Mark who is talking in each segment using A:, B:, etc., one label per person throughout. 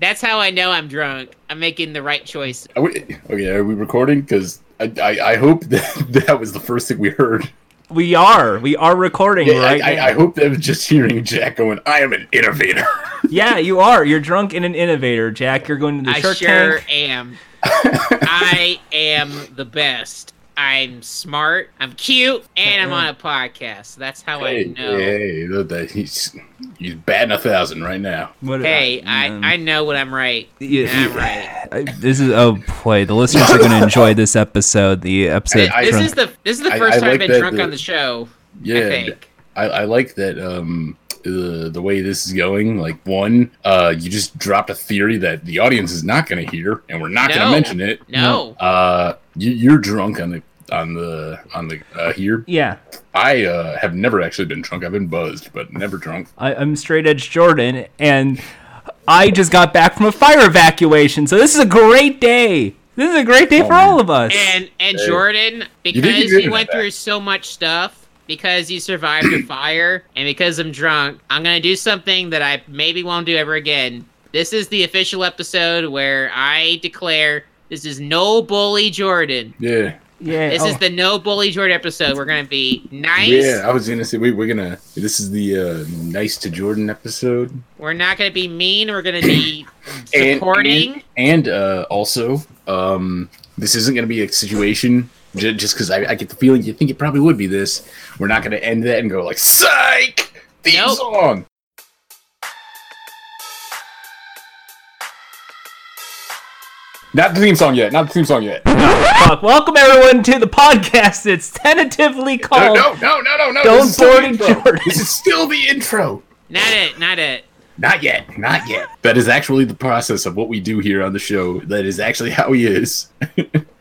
A: That's how I know I'm drunk. I'm making the right choice.
B: Are we, okay, are we recording? Because I, I, I hope that that was the first thing we heard.
C: We are. We are recording
B: Yeah,
C: right
B: I,
C: now.
B: I, I hope that was just hearing Jack going, I am an innovator.
C: Yeah, you are. You're drunk and an innovator, Jack. You're going to the
A: I
C: Shark
A: sure
C: Tank.
A: am. I am the best. I'm smart. I'm cute, and I'm on a podcast. So that's how Oh, I
B: hey,
A: know.
B: hey, look, that- he's, he's batting a thousand right now.
C: What-
A: Hey, I,
C: um,
A: I know when I'm right.
C: Yeah,
A: And I'm
C: yeah.
A: right.
C: I- this is oh boy, the listeners are going to enjoy this episode. The episode.
B: I-
A: This
C: from-
A: is the this is the
B: I-
A: first
B: I
A: time
B: like
A: I've
B: that
A: been drunk
B: the-
A: on the show.
B: Yeah.
A: I
B: and
A: think.
B: I, I like that um the the way this is going. Like one, uh you just dropped a theory that the audience is not gonna hear and we're not
A: No.
B: gonna mention it.
A: No.
B: Uh you you're drunk on the on the on the uh here.
C: yeah,
B: I uh have never actually been drunk. I've been buzzed, but never drunk.
C: I, I'm straight edge Jordan, and I just got back from a fire evacuation. So this is a great day. This is a great day for all of us.
A: And and
B: Hey.
A: Jordan,
B: you
A: because
B: did
A: he went
B: that.
A: through so much stuff, because you survived a fire, and because I'm drunk, I'm gonna do something that I maybe won't do ever again. This is the official episode where I declare this is no bully Jordan.
B: Yeah.
C: yeah,
A: This
C: oh,
A: is the no bully Jordan episode. We're gonna be nice.
B: Yeah, I was gonna say we we're gonna this is the uh nice to Jordan episode.
A: We're not gonna be mean. We're gonna be
B: And-
A: supporting.
B: and, and, uh, also um, this isn't going to be a situation j- just because I, I get the feeling you think it probably would be this we're not going to end that and go like psych theme
A: Nope.
B: song not the theme song yet not the theme song yet no
C: fuck. Welcome everyone to the podcast. It's tentatively called.
B: no no no no, no.
C: Don't
B: this is still the
C: board it,
B: intro.
C: Jordan.
B: this is still the intro
A: Not it. Not it.
B: not yet not yet that is actually the process of what we do here on the show that is actually how he is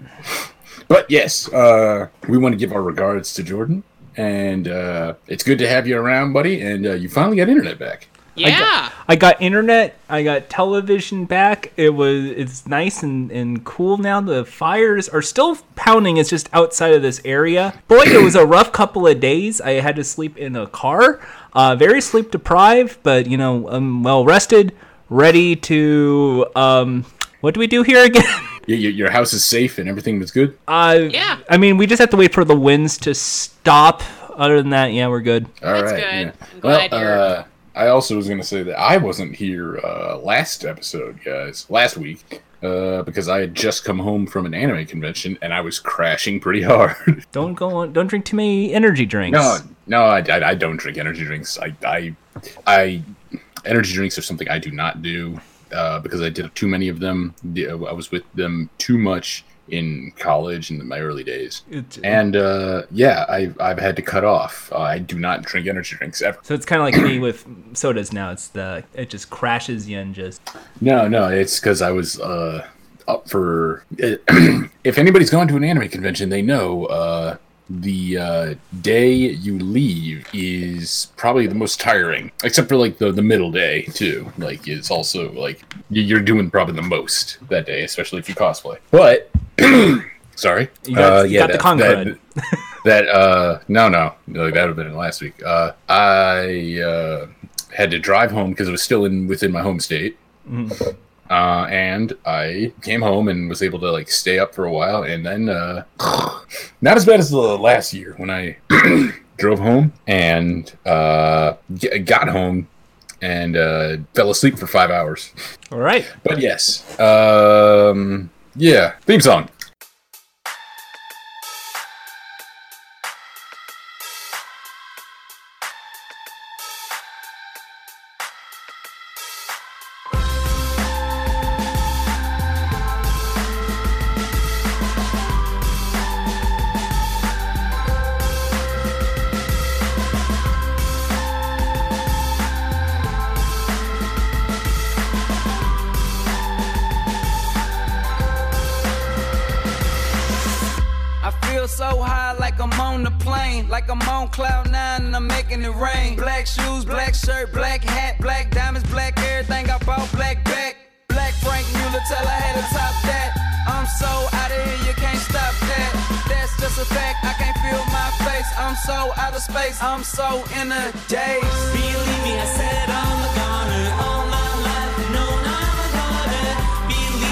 B: but yes uh, we want to give our regards to jordan and uh, it's good to have you around buddy and uh, you finally got internet back
A: Yeah.
C: I got internet. I got television back. It was it's nice and, and cool now. The fires are still pounding. It's just outside of this area. Boy, it was a rough couple of days. I had to sleep in a car. Uh, very sleep deprived, but you know, I'm well rested, ready to. Um, what do we do here again?
B: Y- y- your house is safe and everything was good
A: Oh,
C: Uh,
A: Yeah.
C: I mean, we just have to wait for the winds to stop. Other than that, yeah, we're good.
B: All right.
A: That's good. I'm
B: well
A: glad you're-
B: uh, i also was going to say that i wasn't here uh, last episode guys last week uh, because I had just come home from an anime convention and I was crashing pretty hard.
C: Don't go on. Don't drink too many energy drinks.
B: No, no, I, I, I don't drink energy drinks. I, I, I, energy drinks are something I do not do uh, because I did too many of them. The- uh, I was with them too much in college and in my early days.
C: It's-
B: And uh, yeah, I, I've had to cut off. Uh, I do not drink energy drinks ever.
C: So it's kind of like me with sodas now. It's the it just crashes you and just
B: No, no, it's because I was uh, up for. eh, if anybody's gone to an anime convention, they know uh, the uh, day you leave is probably the most tiring, except for like the the middle day too. Like it's also like y- you're doing probably the most that day, especially if you cosplay. But sorry, Uh,
C: You got- you got the
B: that-
C: Conrad.
B: that- that uh no no no, that would have been last week uh i uh had to drive home because it was still in within my home state uh and i came home and was able to like stay up for a while and then uh not as bad as the last year when i drove home and uh g- got home and uh fell asleep for five hours
C: all right.
B: but yes um yeah theme song
D: I feel so high like I'm on the plane, like I'm on cloud nine and I'm making it rain. Black shoes, black shirt, black hat, black diamonds, black everything I bought, black back. Black Frank Mueller tell I had to top that. I'm so out of here, you can't stop that. That's just a fact, I can't feel my face. I'm so out of space, I'm so in a daze.
E: Believe me, I said I'm a goner all my life. No, I'm a goner.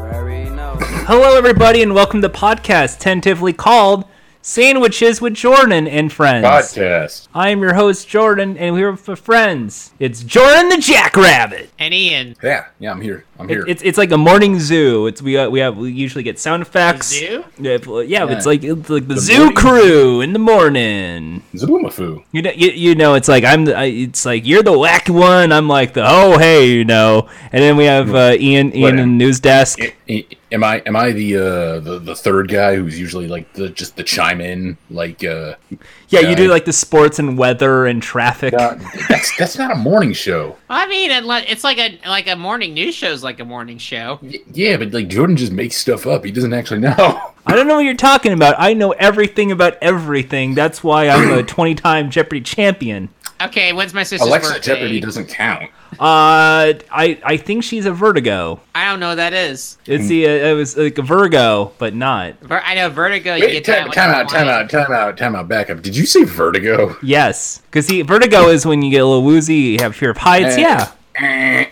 C: Hello, everybody, and welcome to podcast tentatively called Sandwiches with Jordan and Friends.
B: Podcast.
C: I am your host, Jordan, and we're for friends. It's Jordan the Jackrabbit.
A: And Ian,
B: Yeah, yeah, I'm here. I'm here.
C: It, it's it's like a morning zoo. It's we uh, we have we usually get sound effects.
A: zoo?
C: Yeah, if- yeah,
B: Yeah.
C: it's like it's like the,
B: The
C: zoo
B: morning
C: crew in the morning.
B: Zoomafoo.
C: You know, you, you know, it's like I'm. the- I, it's like you're the whack one. I'm like the oh hey, you know. And then we have uh, Ian, Ian
B: Whatever.
C: in the news desk.
B: I- Am I am I the uh the, the third guy who's usually like the just the chime in like uh
C: Yeah, you
B: Yeah,
C: do
B: I-
C: like the sports and weather and traffic.
B: uh, that's that's not a morning show.
A: I mean, unless- it's like a like a morning news show's like a morning show.
B: Y- Yeah, but like Jordan just makes stuff up. He doesn't actually know.
C: I don't know what you're talking about. I know everything about everything. That's why I'm a 20 time Jeopardy champion.
A: Okay, when's my sister's
B: Alexa
A: birthday?
B: Jeopardy doesn't count.
C: Uh, I I think she's a Vertigo.
A: I don't know what that is.
C: It's the uh, it was like a Virgo, but not.
A: Ver- I know Vertigo. you get
B: Wait, time,
A: that
B: time
A: when
B: out,
A: you
B: time
A: want it.
B: out, time out, time out. Back up. Did you say vertigo?
C: Yes, because the Vertigo is when you get a little woozy, you have fear of heights.
B: Eh.
C: Yeah.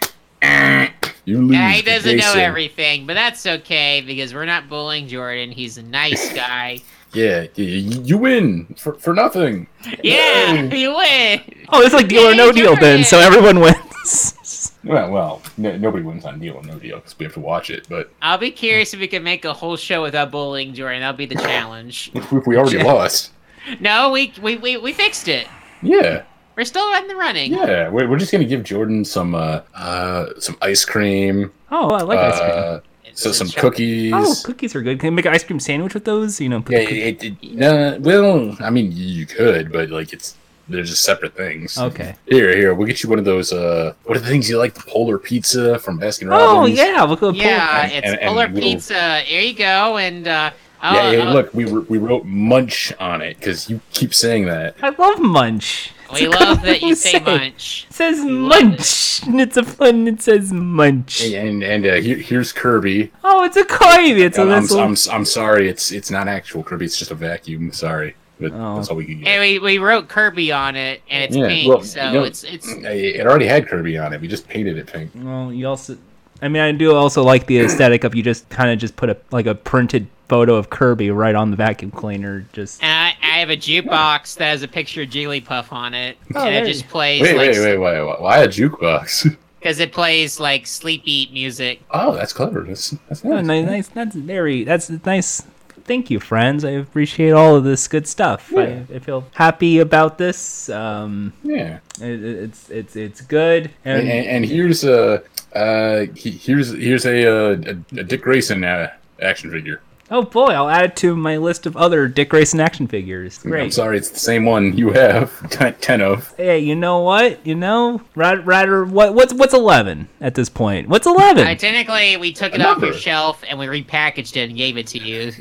B: You lose.
A: Yeah, he doesn't know
B: Jason.
A: everything, but that's okay because we're not bullying Jordan. He's a nice guy.
B: Yeah, y- y- you win for, for nothing.
A: yeah, you win.
C: Oh, it's like Deal or
A: Yay,
C: No Deal then, so
A: Jordan!
C: everyone wins.
B: Well, well, no, nobody wins on Deal or No Deal because we have to watch it. But
A: I'll be curious if we can make a whole show without bullying Jordan. That'll be the challenge.
B: if we, if we already lost,
A: no, we, we we we fixed it.
B: yeah,
A: We're still in the running.
B: yeah, we're, we're just gonna give Jordan some uh, uh some ice cream,
C: Oh, I like ice cream.
B: uh,
A: It's
B: so
A: a
B: some
A: challenge.
B: cookies.
C: Oh, cookies are good. Can you make an ice cream sandwich with those? You know, put
B: Yeah,
C: the
B: it, it, it- no, well, I mean, you could, but like it's they're just separate things.
C: Okay.
B: Here, here, we'll get you one of those. Uh, what are the things you like? The polar pizza from Baskin
C: Oh
B: Robbins.
C: yeah, look at the
A: Yeah,
C: yeah.
B: And-
A: it's
B: and- and
A: Polar
B: we'll-
A: Pizza. Here you go. And uh, oh,
B: Yeah, yeah,
A: oh,
B: look, we wr- we wrote munch on it because you keep saying that.
C: I love Munch. It's
A: we
C: a
A: love
C: good
A: that
C: thing
A: you
C: to
A: say Munch.
C: It says
A: love
C: Munch. and It's a fun. It says Munch.
B: And and uh, here, here's Kirby.
C: Oh, it's a Kirby. It's a
B: I'm, I'm,
C: little.
B: I'm I'm sorry, it's it's not actual Kirby. It's just a vacuum. Sorry, but
C: Oh.
B: that's all we can get.
A: And we, we wrote Kirby on it, and it's
B: Yeah,
A: pink,
B: well,
A: so
B: you know-
A: it's it's
B: Uh, It already had Kirby on it. We just painted it pink.
C: Well, you also. I mean, I do also like the aesthetic of you just kind of just put a like a printed photo of Kirby right on the vacuum cleaner. Just
A: And I, I have a jukebox that has a picture of Jigglypuff on it, and
C: Oh, there
A: it
C: you
A: just plays
B: Wait, wait,
A: like
B: wait, wait, wait. Why a jukebox?
A: because it plays like sleepy music.
B: oh, that's clever. That's that's
C: oh,
B: nice.
C: nice, nice. That's very. That's nice. Thank you, friends. I appreciate all of this good stuff. I, I feel happy about this. Um,
B: Yeah.
C: it, it- it's it's it's good.
B: And, and, and here's a uh, he- here's here's a, uh, a, a Dick Grayson uh, action figure.
C: Oh boy, I'll add it to my list of other Dick Grayson action figures.
B: I'm
C: Great.
B: sorry, it's the same one you have ten, ten of.
C: Hey, you know what? You know, right, right, or what? What's what's eleven at this point? What's
A: Uh,
C: eleven?
A: technically, we took it off your
B: Another.
A: shelf and we repackaged it and gave it to you.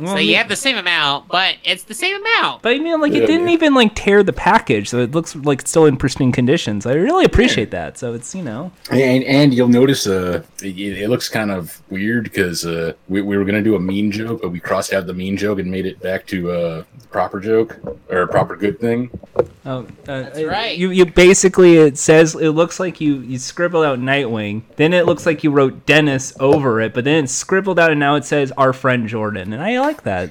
C: Well,
A: so you have the same amount, but it's the same amount.
C: But I mean, like, it
B: Yeah,
C: didn't
B: yeah.
C: even like tear the package, so it looks like it's still in pristine conditions. I really appreciate that. So it's you know,
B: And and you'll notice uh, it, it looks kind of weird because uh, we, we were gonna do a mean joke, but we crossed out the mean joke and made it back to uh, proper joke or proper good thing.
C: oh, uh, that's
A: right.
C: You you basically it says it looks like you you scribbled out Nightwing, then it looks like you wrote Dennis over it, but then it's scribbled out and now it says our friend Jordan, and I like that.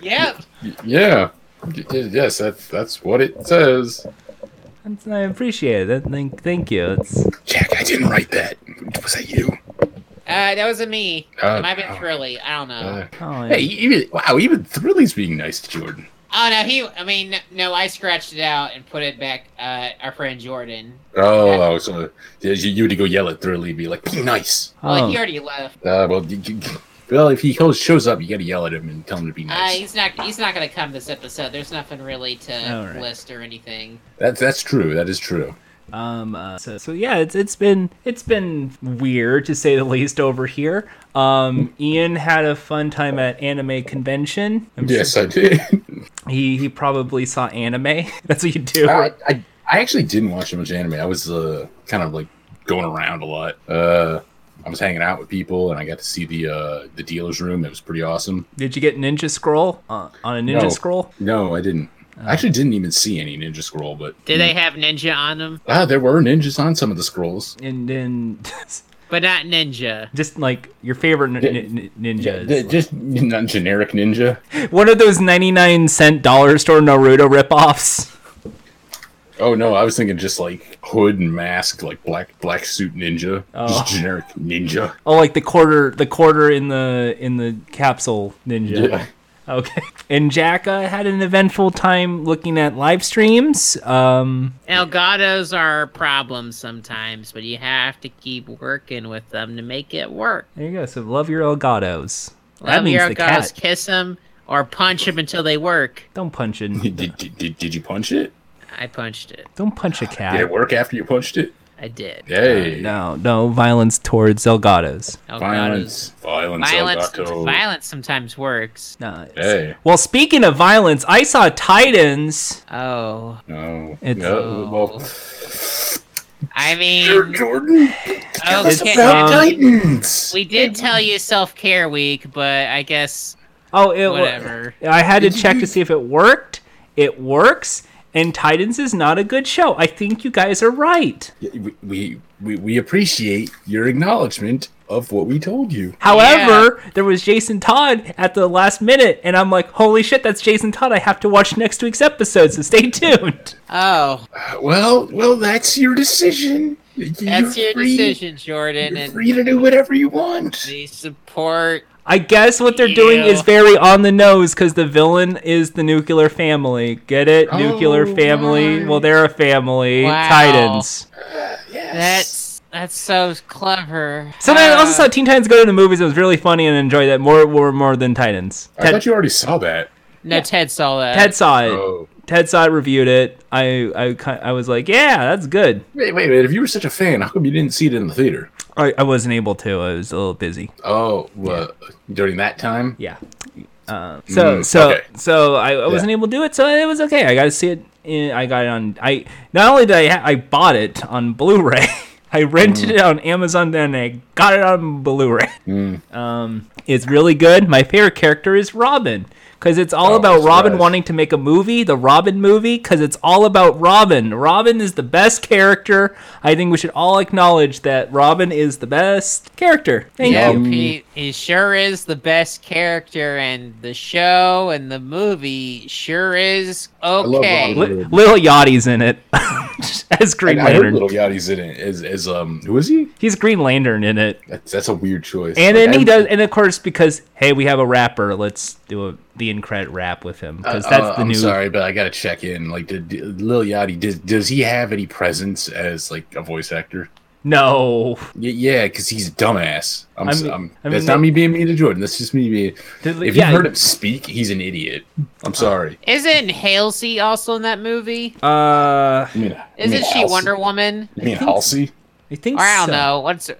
A: Yep.
B: Yeah. Y- y- Yes, that, that's what it says.
C: That's- I appreciate it. Thank thank you. It's
B: Jack, I didn't write that. Was that you?
A: Uh, that wasn't me.
B: Uh,
A: it might have been Thrilly. I don't know.
B: Uh,
C: oh,
B: hey, even wow, even Thrilly's being nice to Jordan.
A: oh no, he. I mean, no, I scratched it out and put it back. Uh, our friend Jordan.
B: Oh, so you, you had to go yell at Thrilly, be like, "Be nice."
A: Well,
C: Oh.
A: he already left.
B: Uh, well, you- you- well, if he goes- shows up, you gotta yell at him and tell him to be
A: Uh,
B: nice.
A: he's not. He's not going to come this episode. There's nothing really to
C: All right.
A: list or anything.
B: That's that's true. That is true.
C: Um, uh, so, so yeah, it's it's been it's been weird to say the least over here. Um, Ian had a fun time at anime convention. I'm sure
B: Yes, I did.
C: he he probably saw anime. That's what you do.
B: I, I I actually didn't watch too much anime. I was uh, kind of like going around a lot. Uh, I was hanging out with people, and I got to see the uh, the dealer's room. It was pretty awesome.
C: Did you get Ninja Scroll uh, on a Ninja
B: No.
C: Scroll? Oh.
B: No, I didn't. I actually didn't even see any Ninja Scroll, but
A: Did they have ninja on them?
B: ah, there were ninjas on some of the scrolls.
C: And then
A: but not ninja.
C: Just like your favorite n- n- ninjas.
B: Th- Just not generic ninja.
C: One of those 99 cent dollar store Naruto ripoffs.
B: Oh no, I was thinking just like hood and mask, like black black suit ninja, just generic ninja.
C: Oh, like the quarter, the quarter in the in the capsule ninja. Okay. And Jack uh, had an eventful time looking at live streams. Um,
A: Elgatos are problems sometimes, but you have to keep working with them to make it work.
C: there you go. So love your Elgatos. that
A: Love
C: means
A: your Elgatos,
C: the cat.
A: kiss them or punch them until they work.
C: Don't punch
B: Did,
C: it.
B: did, did, did you punch it?
A: I punched it.
C: Don't punch a
B: Did
C: cat.
B: it work after you punched it?
A: I did.
B: Hey,
C: Uh, No, no violence towards Elgatos.
A: Elgatos.
B: violence, violence,
A: Violence,
B: Elgato.
A: violence sometimes works.
C: No.
B: Hey.
C: Well, speaking of violence, I saw Titans.
A: Oh,
B: No,
C: It's-
B: no, well,
A: I
B: Dear
A: mean,
B: Jordan, it's
A: okay,
B: about
C: um,
B: Titans.
A: we did tell you self care week, but I guess
C: Oh, it,
A: Whatever.
C: I had to check to see if it worked. It works. And Titans is not a good show. I think you guys are right.
B: we, we we we appreciate your acknowledgement of what we told you.
C: However, there was Jason Todd at the last minute, and I'm like, holy shit, that's Jason Todd. I have to watch next week's episode, so stay tuned.
A: oh,
B: Uh, Well, well, that's your decision.
A: that's your decision, Jordan,
B: You're
A: and
B: free to do whatever you want.
A: the support.
C: I guess what they're doing
A: Ew.
C: is very on the nose because the villain is the nuclear family. Get it? nuclear
B: Oh,
C: family.
B: right.
C: Well, they're a family.
A: Wow.
C: Titans.
B: Yes.
A: That's that's so clever.
C: So then I also
A: Uh,
C: saw Teen Titans go to the movies. It was really funny and I enjoyed that more, more, more than Titans.
B: I
C: Ted,
B: thought you already saw that.
A: no Ted saw that.
C: Ted saw it.
B: Oh,
C: Ted saw it, reviewed it. I, I, ki- I was like, yeah, that's good.
B: wait, wait, wait! If you were such a fan, how come you didn't see it in the theater?
C: I, I wasn't able to. I was a little busy.
B: Oh, well, during that time.
C: Yeah. Uh, so
B: Mm,
C: so
B: okay.
C: so I, I wasn't able to do it, so it was okay. I got to see it. In, I got it on. I not only did I ha- I bought it on Blu-ray. I rented
B: Mm.
C: it on Amazon, then I got it on Blu-ray.
B: Mm.
C: Um, it's really good. My favorite character is Robin because it's all
B: Oh,
C: about Robin
B: surprise.
C: wanting to make a movie, the Robin movie, because it's all about Robin. Robin is the best character. I think we should all acknowledge that Robin is the best character. Thank
A: Yeah,
C: you.
A: Pete, he sure is the best character, and the show and the movie sure is
B: love
A: okay.
B: Robin.
C: Li- Lil Yachty's in it as Green
B: And I heard
C: Lantern.
B: Little Yachty's in it as, as um who is he?
C: He's Green Lantern in it,
B: That's that's a weird choice.
C: and
B: Like,
C: then he
B: I-
C: does, and of course because hey, we have a rapper, let's do a, the in credit rap with him because that's
B: Uh,
C: the
B: I'm
C: new.
B: sorry, but I gotta check in. Like, did, did Lil Yachty does does he have any presence as like a voice actor?
C: No,
B: Y- yeah, because he's a dumbass. I'm,
C: I
B: I
C: mean-
B: am
C: I mean,
B: that's
C: they-
B: not me being mean to Jordan. That's just me being.
C: Did-
B: if
C: yeah.
B: you heard him speak, he's an idiot. I'm sorry.
A: Isn't Halsey also in that movie?
C: uh,
B: I mean, I
A: Isn't
B: mean,
A: she
B: Halsey-
A: Wonder Woman?
B: I mean,
C: think-
B: Halsey.
C: I think
A: Or I don't
C: so.
A: know. What's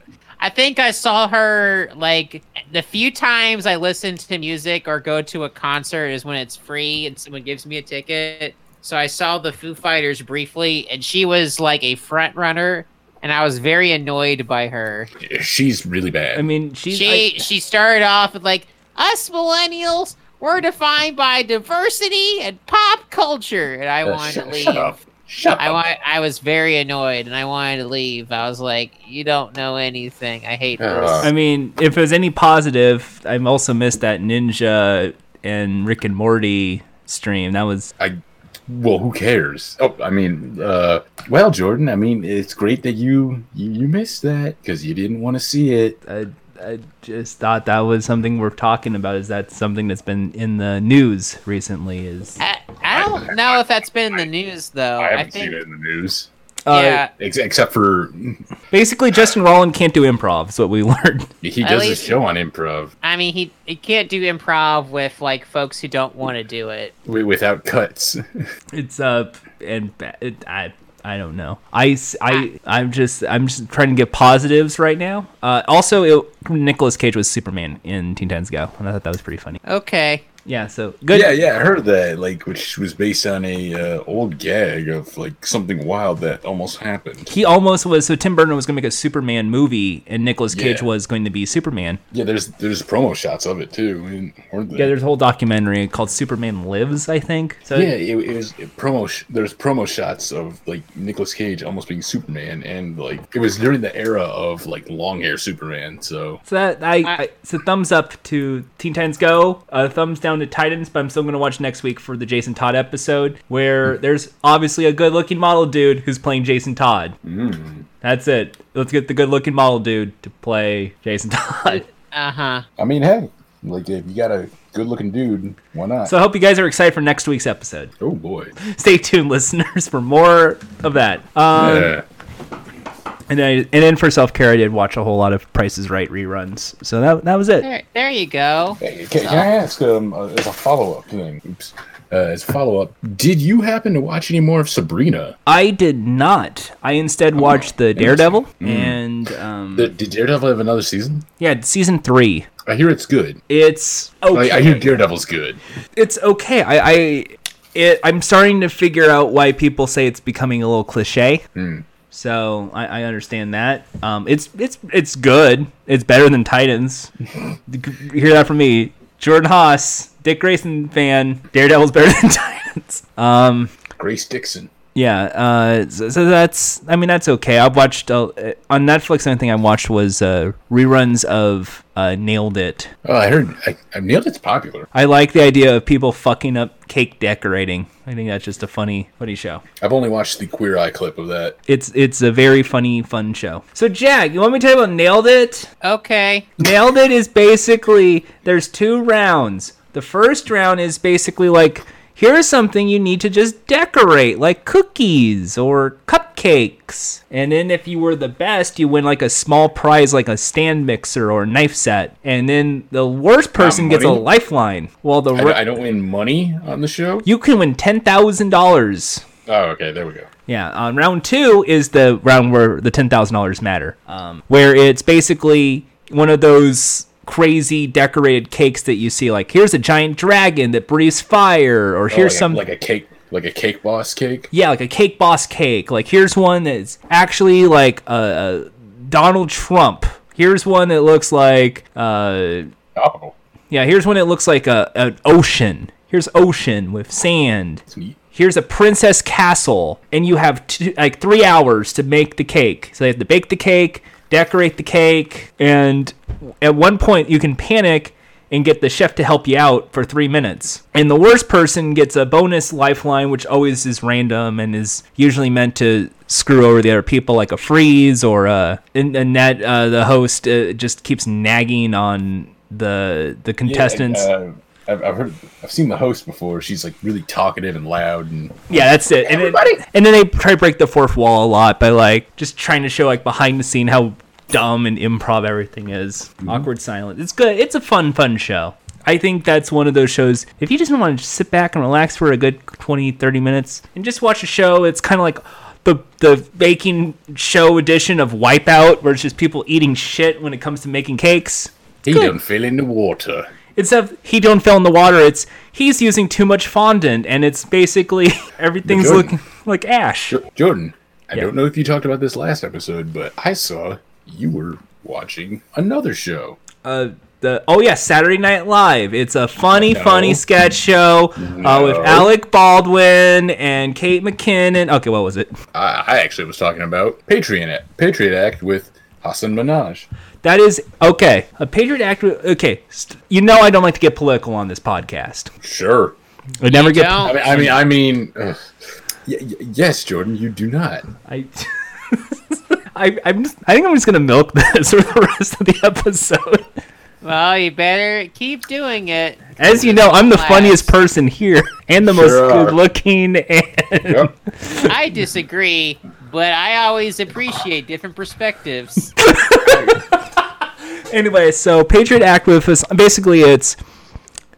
A: I think I saw her like the few times I listen to music or go to a concert is when it's free and someone gives me a ticket. So I saw the Foo Fighters briefly, and she was like a front runner, and I was very annoyed by her.
B: She's really bad.
C: I mean, she's
A: she
C: I-
A: she started off with like us millennials we're defined by diversity and pop culture and i
B: Uh,
A: wanted
B: sh-
A: to leave
B: Shut up. Shut
A: i
B: up.
A: want i was very annoyed and i wanted to leave i was like you don't know anything i hate
B: Uh,
C: I mean, if it was any positive, I also missed that Ninja and Rick and Morty stream. That was
B: I well, who cares? Oh, I mean, uh, well, Jordan. I mean, it's great that you you, you missed that because you didn't want to see it.
C: I, I just thought that was something worth talking about. Is that something that's been in the news recently? Is
A: this I, I don't know if that's been in the news though
B: I
A: i,
B: haven't
A: think
B: seen it in the news,
A: yeah
B: Ex- except for
C: basically Justin Rollin can't do improv. Is what we learned.
B: he
A: At
B: does
A: least-
B: a show on improv
A: i mean he, he can't do improv with like folks who don't want to do it
B: wi- without cuts.
C: It's up and ba- it, I I don't know. I s- I am just I'm just trying to get positives right now. Uh, also, it, Nicolas Cage was Superman in Teen Titans Go, and I thought that was pretty funny.
A: okay
C: Yeah, so good.
B: Yeah, yeah, I heard of that. Like, which was based on a uh, old gag of like something wild that almost happened.
C: He almost was. So Tim Burton was going to make a Superman movie, and Nicolas Cage
B: Yeah.
C: was going to be Superman.
B: Yeah, there's there's promo shots of it too. We didn't- weren't
C: Yeah,
B: there?
C: there's a whole documentary called Superman Lives, I think. So
B: yeah, it, it was it promo. Sh- there's promo shots of like Nicolas Cage almost being Superman, and like it was during the era of like long hair Superman. So
C: So that I, I so thumbs up to Teen Titans Go, uh, thumbs down to Titans, but I'm still gonna watch next week for the Jason Todd episode where there's obviously a good looking model dude who's playing Jason Todd. That's it. Let's get the good looking model dude to play Jason Todd.
A: Uh huh.
B: I mean, hey, like if you got a good looking dude, why not?
C: So I hope you guys are excited for next week's episode.
B: oh boy,
C: Stay tuned, listeners, for more of that. Um,
B: yeah.
C: and, I, and then for self care, I did watch a whole lot of Price is Right reruns. So that, that was it.
A: There, there you go.
B: Hey, Can, can I ask um, uh, as a follow up thing? Oops. Uh, as a follow up, did you happen to watch any more of Sabrina?
C: I did not. I instead watched the Daredevil and um,
B: Did, did Daredevil have another season?
C: yeah, season three.
B: I hear it's good.
C: It's okay.
B: I, I hear Daredevil's good.
C: it's okay. I, I it, I'm starting to figure out why people say it's becoming a little cliche. So I, I understand that. Um, it's it's it's good. It's better than Titans. You Hear that from me, Jordan Haas, Dick Grayson fan. Daredevil's better than Titans. Um,
B: Grace Dixon.
C: yeah, uh, so, so that's I mean that's okay. I've watched uh, on Netflix. The only thing I watched was uh, reruns of uh, Nailed It.
B: Oh, I heard. I, I nailed it's popular.
C: I like the idea of people fucking up cake decorating. I think that's just a funny, funny show.
B: I've only watched the Queer Eye clip of that.
C: It's it's a very funny, fun show. So Jack, you want me to tell you about Nailed It?
A: Okay.
C: Nailed It is basically there's two rounds. The first round is basically like here's something you need to just decorate, like cookies or cupcakes. And then if you were the best, you win like a small prize, like a stand mixer or a knife set. And then the worst person gets a
B: money?
C: lifeline. While the
B: I,
C: ri-
B: I don't win money on the show.
C: you can win ten thousand dollars.
B: Oh, okay. There we go.
C: Yeah, on round two is the round where the ten thousand dollars matter, um, where it's basically one of those crazy decorated cakes that you see, like here's a giant dragon that breathes fire, or
B: Oh,
C: here's
B: like,
C: some
B: a, like a cake, like a cake boss cake.
C: yeah, like a cake boss cake. Like here's one that's actually like a uh, Donald Trump. Here's one that looks like uh,
B: Oh,
C: yeah. Here's one that looks like a an ocean. Here's ocean with sand.
B: it's neat.
C: here's a princess castle and you have two, like three hours to make the cake so they have to bake the cake decorate the cake and at one point you can panic and get the chef to help you out for three minutes and the worst person gets a bonus lifeline which always is random and is usually meant to screw over the other people like a freeze or a and, and that uh, the host uh, just keeps nagging on the the
B: Yeah,
C: contestants
B: uh, I've, I've heard. I've seen the host before. She's like really talkative and loud and.
C: Yeah, that's it. And then,
B: Everybody-
C: and then they try to break the fourth wall a lot by like just trying to show like behind the scene how dumb and improv everything is. Awkward silence. It's good. It's a fun, fun show. I think that's one of those shows. If you just want to sit back and relax for a good 20, 30 minutes and just watch a show, it's kind of like the the baking show edition of Wipeout, where it's just people eating shit when it comes to making cakes.
B: He
C: Good.
B: don't fell in the water.
C: Instead of he don't fill in the water, it's he's using too much fondant, and it's basically everything's
B: Jordan.
C: looking like ash.
B: Jordan, I
C: Yeah.
B: don't know if you talked about this last episode, but I saw you were watching another show.
C: uh, the oh yeah, Saturday Night Live. It's a funny,
B: No.
C: funny sketch show uh, with
B: No.
C: Alec Baldwin and Kate McKinnon. Okay, what was it?
B: I, I actually was talking about Patriot Act, Patriot Act with Hassan Minaj.
C: That is okay. A Patriot Act. Okay, st- you know I don't like to get political on this podcast.
B: Sure.
C: I never get.
B: I
A: Don't.
B: mean, I mean, I mean ugh. Y- y- yes, Jordan, you do not.
C: I. I, I'm just, I think I'm just gonna milk this for the rest of the episode.
A: Well, you better keep doing it.
C: As you know, I'm the
A: Class.
C: funniest person here and the most
B: Sure are.
C: good-looking. And
B: Yep.
A: I disagree, but I always appreciate different perspectives.
C: anyway, so Patriot Act with us. Basically, it's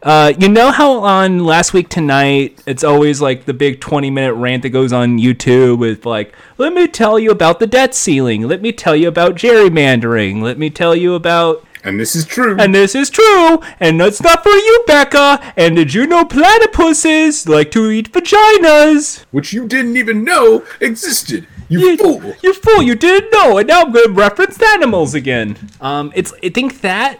C: uh, you know how on last week tonight, it's always like the big twenty-minute rant that goes on YouTube with like, let me tell you about the debt ceiling, let me tell you about gerrymandering, let me tell you about
B: And this is true.
C: And this is true, and that's not for you, Becca. And did you know platypuses like to eat vaginas?
B: which you didn't even know existed. You
C: you,
B: fool.
C: you fool! You didn't know, and now I'm going to reference animals again. Um, it's I think that,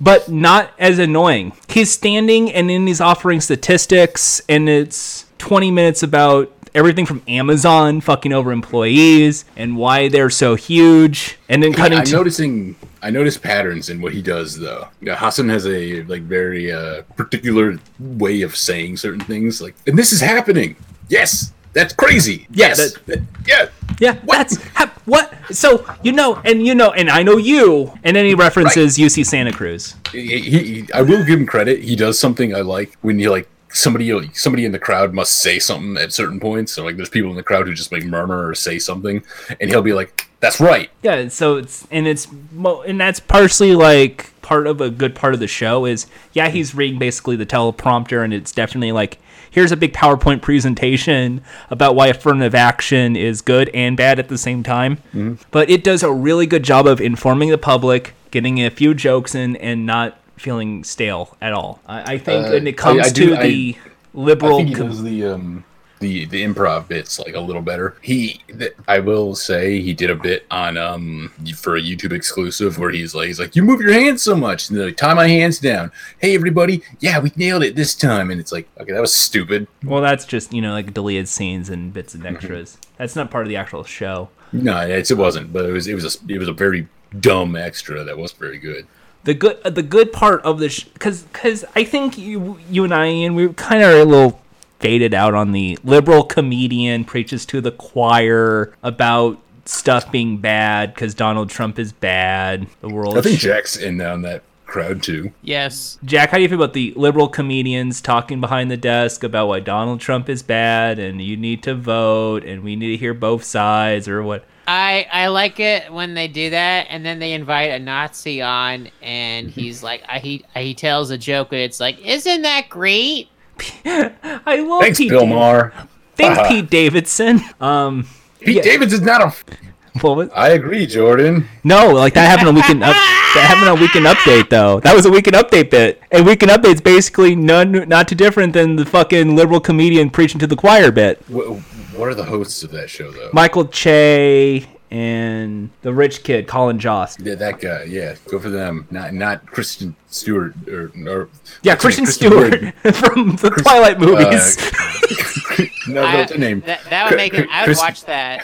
C: but not as annoying. He's standing, and then he's offering statistics, and it's 20 minutes about everything from Amazon fucking over employees and why they're so huge, and then cutting
B: I'm
C: to
B: noticing. I notice patterns in what he does, though. Yeah, Hassan has a like very uh, particular way of saying certain things. Like, and this is happening. Yes, that's crazy.
C: Yeah,
B: Yes,
C: that-
B: that- yeah.
C: Yeah,
B: What?
C: that's ha- what. So you know, and you know, and I know you. And then he references UC Santa Cruz.
B: He, he- I will give him credit. He does something I like when he like somebody like, somebody in the crowd must say something at certain points. So like, there's people in the crowd who just like murmur or say something, and he'll be like, "That's right."
C: Yeah, so it's and it's mo- and that's partially like part of a good part of the show is yeah he's reading basically the teleprompter and it's definitely like here's a big PowerPoint presentation about why affirmative action is good and bad at the same time.
B: Mm-hmm.
C: But it does a really good job of informing the public, getting a few jokes in, and not feeling stale at all. I, I think
B: Uh,
C: when it comes
B: I- I
C: to
B: do- I-
C: the
B: I
C: liberal.
B: think he
C: com-
B: does the um the the improv bits like a little better. He th- I will say he did a bit on um for a YouTube exclusive where he's like he's like you move your hands so much and they're like tie my hands down. Hey everybody, yeah we nailed it this time and it's like okay that was stupid.
C: Well, that's just you know like deleted scenes and bits
B: Mm-hmm.
C: and extras. That's not part of the actual show.
B: No, it's, it wasn't, but it was it was a it was a very dumb extra that wasn't very good.
C: The good uh, the good part of the because because I think you you and I and we kind of are a little faded out on the liberal comedian preaches to the choir about stuff being bad because Donald Trump is bad. The world.
B: I think
C: sh-
B: Jack's in on that crowd too.
A: Yes.
C: Jack, how do you feel about the liberal comedians talking behind the desk about why Donald Trump is bad and you need to vote and we need to hear both sides or what?
A: I I like it when they do that, and then they invite a Nazi on, and he's like, I, he he tells a joke, and it's like, isn't that great?
C: I love
B: Thanks,
C: Oh, Pete
B: Bill
C: Dav-
B: Maher.
C: Thanks, Pete Davidson. Um,
B: Pete
C: Yeah.
B: Davids is not a. f-
C: what was-
B: I agree, Jordan.
C: no, like that happened on weekend. Up- that happened on weekend update though. That was a weekend update bit, and weekend update's basically none, not too different than the fucking liberal comedian preaching to the choir bit.
B: What, what are the hosts of that show though?
C: Michael Che and the rich kid Colin Jost.
B: Yeah, that guy. Yeah, go for them. Not not Kristen Stewart or, or
C: Yeah, Christian Stewart from the Twilight movies.
B: Uh, no,
A: I-
B: that's her name.
A: That, that would make it. I would
B: Chris-
A: watch that.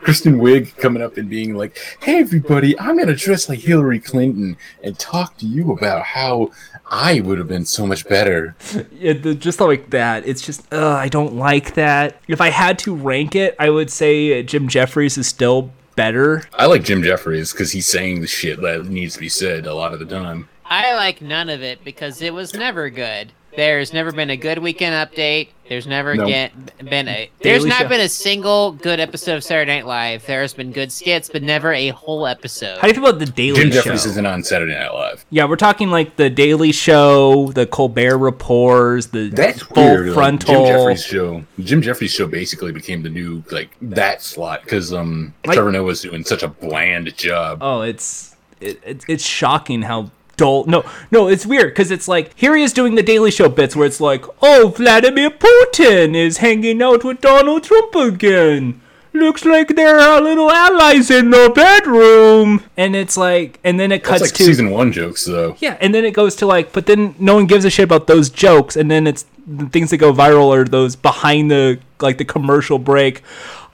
B: Kristen Wiig coming up and being like, "Hey, everybody, I'm gonna dress like Hillary Clinton and talk to you about how I would have been so much better."
C: Yeah, the, just like that. It's just, ugh, I don't like that. If I had to rank it, I would say uh, Jim Jeffries is still better.
B: I like Jim Jeffries because he's saying the shit that needs to be said a lot of the time.
A: I like none of it because it was never good. There's never been a good weekend update. There's never
B: No.
A: get, been a. There's
C: Daily
A: not
C: Show.
A: been a single good episode of Saturday Night Live. There has been good skits, but never a whole episode.
C: How do you feel about the Daily
B: Jim
C: Show?
B: Jeffries isn't on Saturday Night Live.
C: yeah, we're talking like the Daily Show, the Colbert Reports, the
B: That's
C: Full
B: weird. like,
C: Frontal.
B: Jim Jeffries show. Jim Jeffries show basically became the new like that slot because um
C: Like-
B: Trevor Noah's doing such a bland job.
C: oh, it's it, it, it's shocking how dull. No, no, it's weird because it's like here he is doing the Daily Show bits where it's like, oh, Vladimir Putin is hanging out with Donald Trump again. Looks like there are little allies in the bedroom, and it's like, and then it cuts
B: That's like
C: to
B: season one jokes though.
C: Yeah, and then it goes to like, but then no one gives a shit about those jokes, and then it's the things that go viral are those behind the like the commercial break.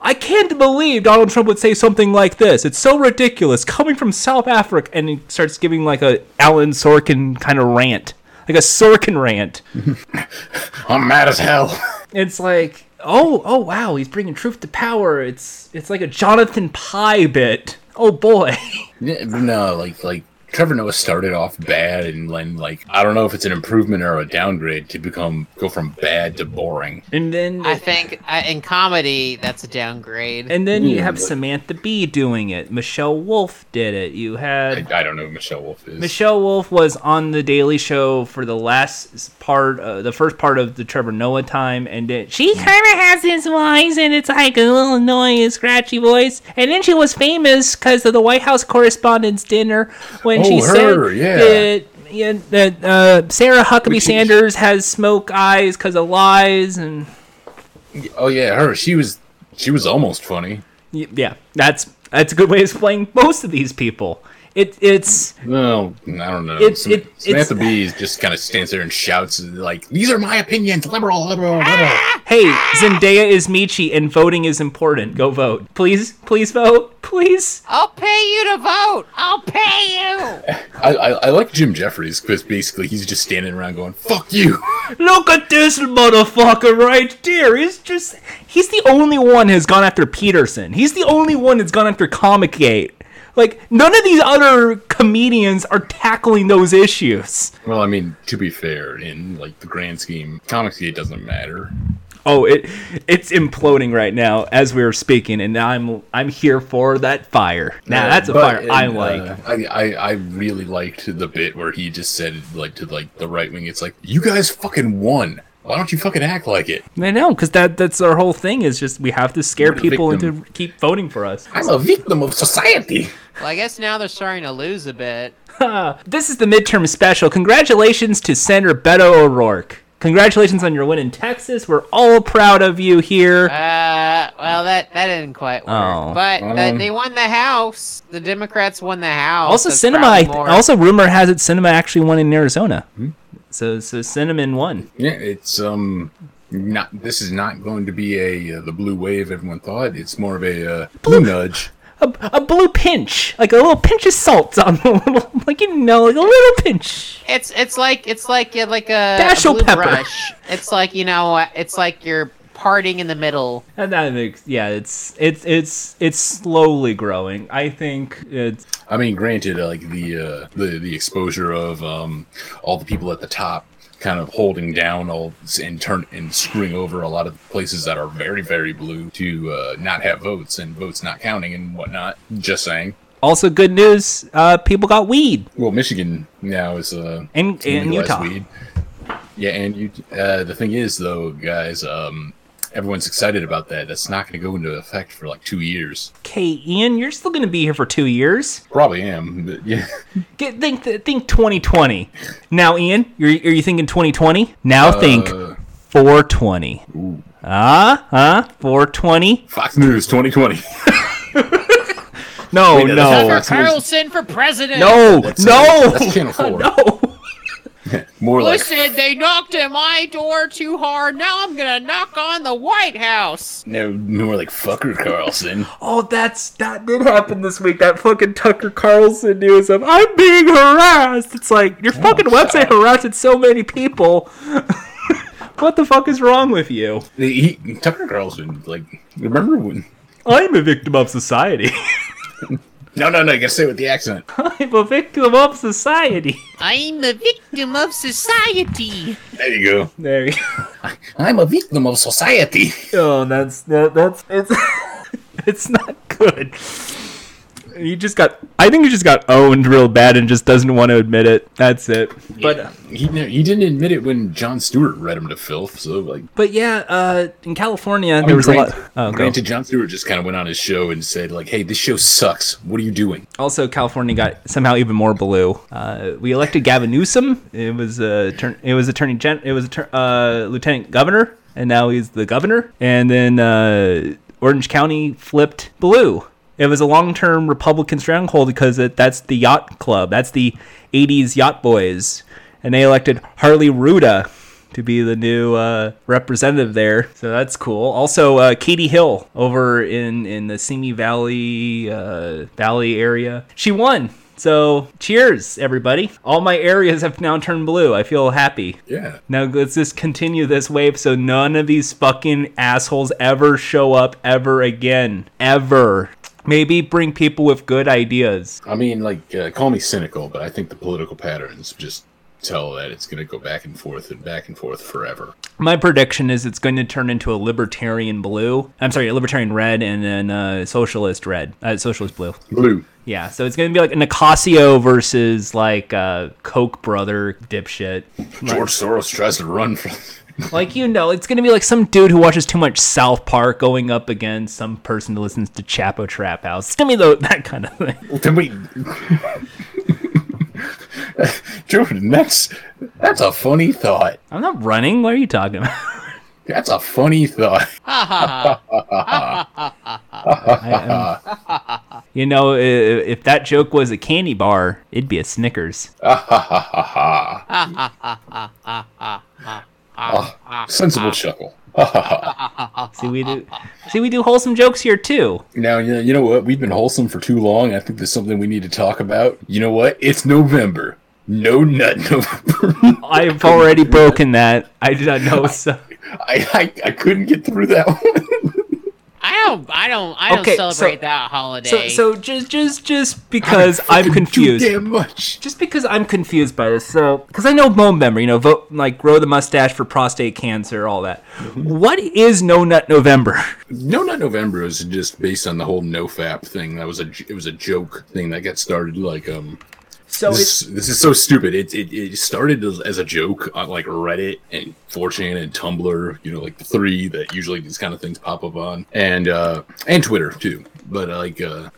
C: I can't believe Donald Trump would say something like this. It's so ridiculous coming from South Africa, and he starts giving like a Alan Sorkin kind of rant, like a Sorkin rant.
B: I'm mad as hell.
C: It's like, oh, oh wow, he's bringing truth to power. It's it's like a Jonathan Pye bit. Oh boy.
B: Yeah, no, like like Trevor Noah started off bad and then like I don't know if it's an improvement or a downgrade to become go from bad to boring.
C: And then
A: I think uh, in comedy that's a downgrade.
C: And then you
B: Yeah,
C: have
B: but-
C: Samantha Bee doing it. Michelle Wolf did it. You
B: I,
C: had
B: I don't know who Michelle Wolf is.
C: Michelle Wolf was on the Daily Show for the last s- part, uh, the first part of the Trevor Noah time, and then she kind of has this voice, and it's like a little annoying, scratchy voice. And then she was famous because of the White House Correspondents' Dinner when and
B: Oh,
C: she
B: her,
C: said
B: yeah.
C: that, yeah, that uh, Sarah Huckabee
B: Which is-
C: Sanders has smoke eyes because of lies, and
B: Oh yeah, her. She was she was almost funny.
C: y- yeah, that's that's a good way of explaining most of these people. It it's
B: No, I don't know.
C: It's-
B: Sam-
C: it- it's-
B: Samantha Bees just kind of stands there and shouts like, "These are my opinions, liberal, liberal, liberal."
C: hey, Zendaya is Michi, and voting is important. Go vote, please, please vote, please.
A: I'll pay you to vote. I'll pay you.
B: I, I, I like Jim Jeffries because basically he's just standing around going, "Fuck you."
C: Look at this motherfucker right there. He's just he's the only one who's gone after Peterson. He's the only one that's gone after Comic Gate. Like none of these other comedians are tackling those issues.
B: Well, I mean, to be fair, in like the grand scheme, comics it doesn't matter.
C: Oh, it it's imploding right now as we were speaking, and I'm I'm here for that fire. Now that's a
B: But,
C: fire I
B: uh,
C: like.
B: I, I I really liked the bit where he just said like to like the right wing. It's like you guys fucking won. Why don't you fucking act like it?
C: I know, because that that's our whole thing is just we have to scare
B: You're the
C: people
B: victim.
C: into keep voting for us.
B: I'm a victim of society.
A: well, I guess now they're starting to lose a bit.
C: This is the midterm special. Congratulations to Senator Beto O'Rourke. Congratulations on your win in Texas. We're all proud of you here.
A: Uh, well, that that didn't quite work.
C: Oh.
A: but uh,
B: Um.
A: they won the House. The Democrats won the House.
C: Also,
A: That's
C: cinema. I
A: probably
C: th-
A: more-
C: also, rumor has it cinema actually won in Arizona.
B: Hmm?
C: So, so cinnamon won.
B: Yeah, it's um not this is not going to be a uh, the blue wave everyone thought. It's more of a uh, blue nudge.
C: A, a blue pinch, like a little pinch of salt on the little, like you know, like a little pinch.
A: it's it's like it's like yeah, like a,
C: Dash
A: a
C: o'
A: blue
C: pepper.
A: brush. It's like you know, uh, it's like you're parting in the middle.
C: And that makes, yeah, it's it's it's it's slowly growing. I think it's
B: I mean, granted, uh, like the uh, the the exposure of um all the people at the top kind of holding down all and turn and screwing over a lot of places that are very very blue to uh, not have votes and votes not counting and whatnot. Just saying.
C: also good news. Uh, people got weed.
B: Well, Michigan now is uh
C: And-
B: it's
C: and
B: legalized
C: Utah.
B: Yeah, and you. Uh, the thing is, though, guys, um, everyone's excited about that. That's not going to go into effect for like two years.
C: Okay, Ian, you're still gonna be here for two years.
B: Probably am. But yeah,
C: Get, think think 2020. Now, Ian, you're, are you thinking 2020? Now
B: Uh.
C: think 420. Ah, huh? 420?
B: Fox News 2020.
C: No,
B: that's
C: no,
B: not-
A: Tucker Carlson for president.
C: no,
B: That's,
C: no,
B: that's channel four.
C: no.
B: More like
A: Listen, they knocked on my door too hard. Now I'm gonna knock on the White House.
B: no, more like fucker Carlson.
C: Oh, that's that did happen this week. That fucking Tucker Carlson news of I'm being harassed. It's like your fucking website harassing so many people. what the fuck is wrong with you?
B: he, Tucker Carlson. Like, remember when?
C: I'm a victim of society.
B: No, no, no. You gotta say it with the accent.
C: I'm a victim of society.
A: I'm a victim of society.
B: There you go.
C: There you
B: I'm a victim of society.
C: Oh, that's that, that's it's it's not good. You just got. I think you just got owned real bad and just doesn't want to admit it. That's it. But
B: He ne- he didn't admit it when John Stewart read him to filth. So like,
C: but yeah, uh, in California
B: I
C: there
B: mean,
C: was
B: grant-
C: a lot. Oh, go.
B: granted, John Stewart just kind of went on his show and said like, "Hey, this show sucks. What are you doing?"
C: Also, California got somehow even more blue. Uh, we elected Gavin Newsom. It was a turn. It was attorney gen. It was a tur- uh, lieutenant governor, and now he's the governor. And then uh, Orange County flipped blue. It was a long-term Republican stronghold because it, that's the yacht club. That's the '80s yacht boys, and they elected Harley Ruda to be the new uh, representative there. So that's cool. Also, uh, Katie Hill over in in the Simi Valley uh, Valley area, she won. So cheers, everybody! All my areas have now turned blue. I feel happy.
B: Yeah.
C: Now let's just continue this wave so none of these fucking assholes ever show up ever again. Ever. Maybe bring people with good ideas.
B: I mean, like, uh, call me cynical, but I think the political patterns just tell that it's going to go back and forth and back and forth forever.
C: My prediction is it's going to turn into a libertarian blue. I'm sorry, a libertarian red and then uh, socialist red, uh, socialist blue.
B: Blue.
C: Yeah, so it's going to be like an Ocasio versus like uh, Koch brother dipshit.
B: George Soros tries to run for.
C: Like you know, it's going to be like some dude who watches too much South Park going up against some person who listens to Chapo Trap House. It's going to be tho- that kind of thing.
B: Then we. Jordan, that's that's a funny thought.
C: I'm not running. What are you talking about?
B: That's a funny thought.
A: Ha ha ha.
C: I, um, you know, i- if that joke was a candy bar, it'd be a Snickers.
A: Ha ha ha ha ha ha ha ha ha.
B: Ah, Sensible chuckle.
C: See, we do. See, we do wholesome jokes here too.
B: Now, you know, you know what? We've been wholesome for too long. I think there's something we need to talk about. You know what? It's November. No nut November.
C: I've already broken that. I did not know. So.
B: I, I, I couldn't get through that one.
A: I don't. I don't. I don't
C: Okay, so-
A: celebrate that holiday.
C: So, so just, just, just because I'm confused.
B: Too damn much.
C: just because I'm confused by this, so because I know Bone Member, you know, vote like grow the mustache for prostate cancer, all that. What is No Nut November?
B: No Nut November is just based on the whole nofap thing. That was a j- it was a joke thing that got started like um
C: So
B: this,
C: it's
B: this is so stupid. It, it it started as, as a joke on like Reddit and 4chan and Tumblr, you know, like the three that usually these kind of things pop up on, and uh, and Twitter too. But like, uh,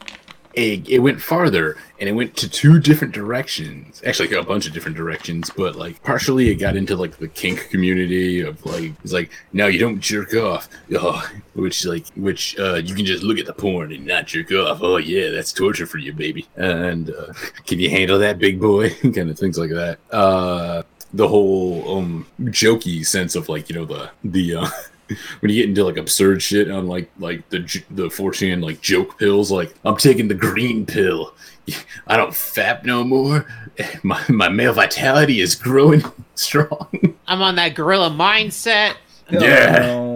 B: it, it went farther and it went to two different directions. Actually, a bunch of different directions, but like partially it got into like the kink community of like it's like no, you don't jerk off, oh, which like which uh, you can just look at the porn and not jerk off. Oh yeah, that's torture for you, baby. And uh, can you handle that, big boy? kind of things like that. Uh, the whole um jokey sense of like you know the the uh, when you get into like absurd shit on like like the j- the 4chan like joke pills like I'm taking the green pill I don't fap no more my my male vitality is growing strong
A: I'm on that gorilla mindset.
B: yeah yeah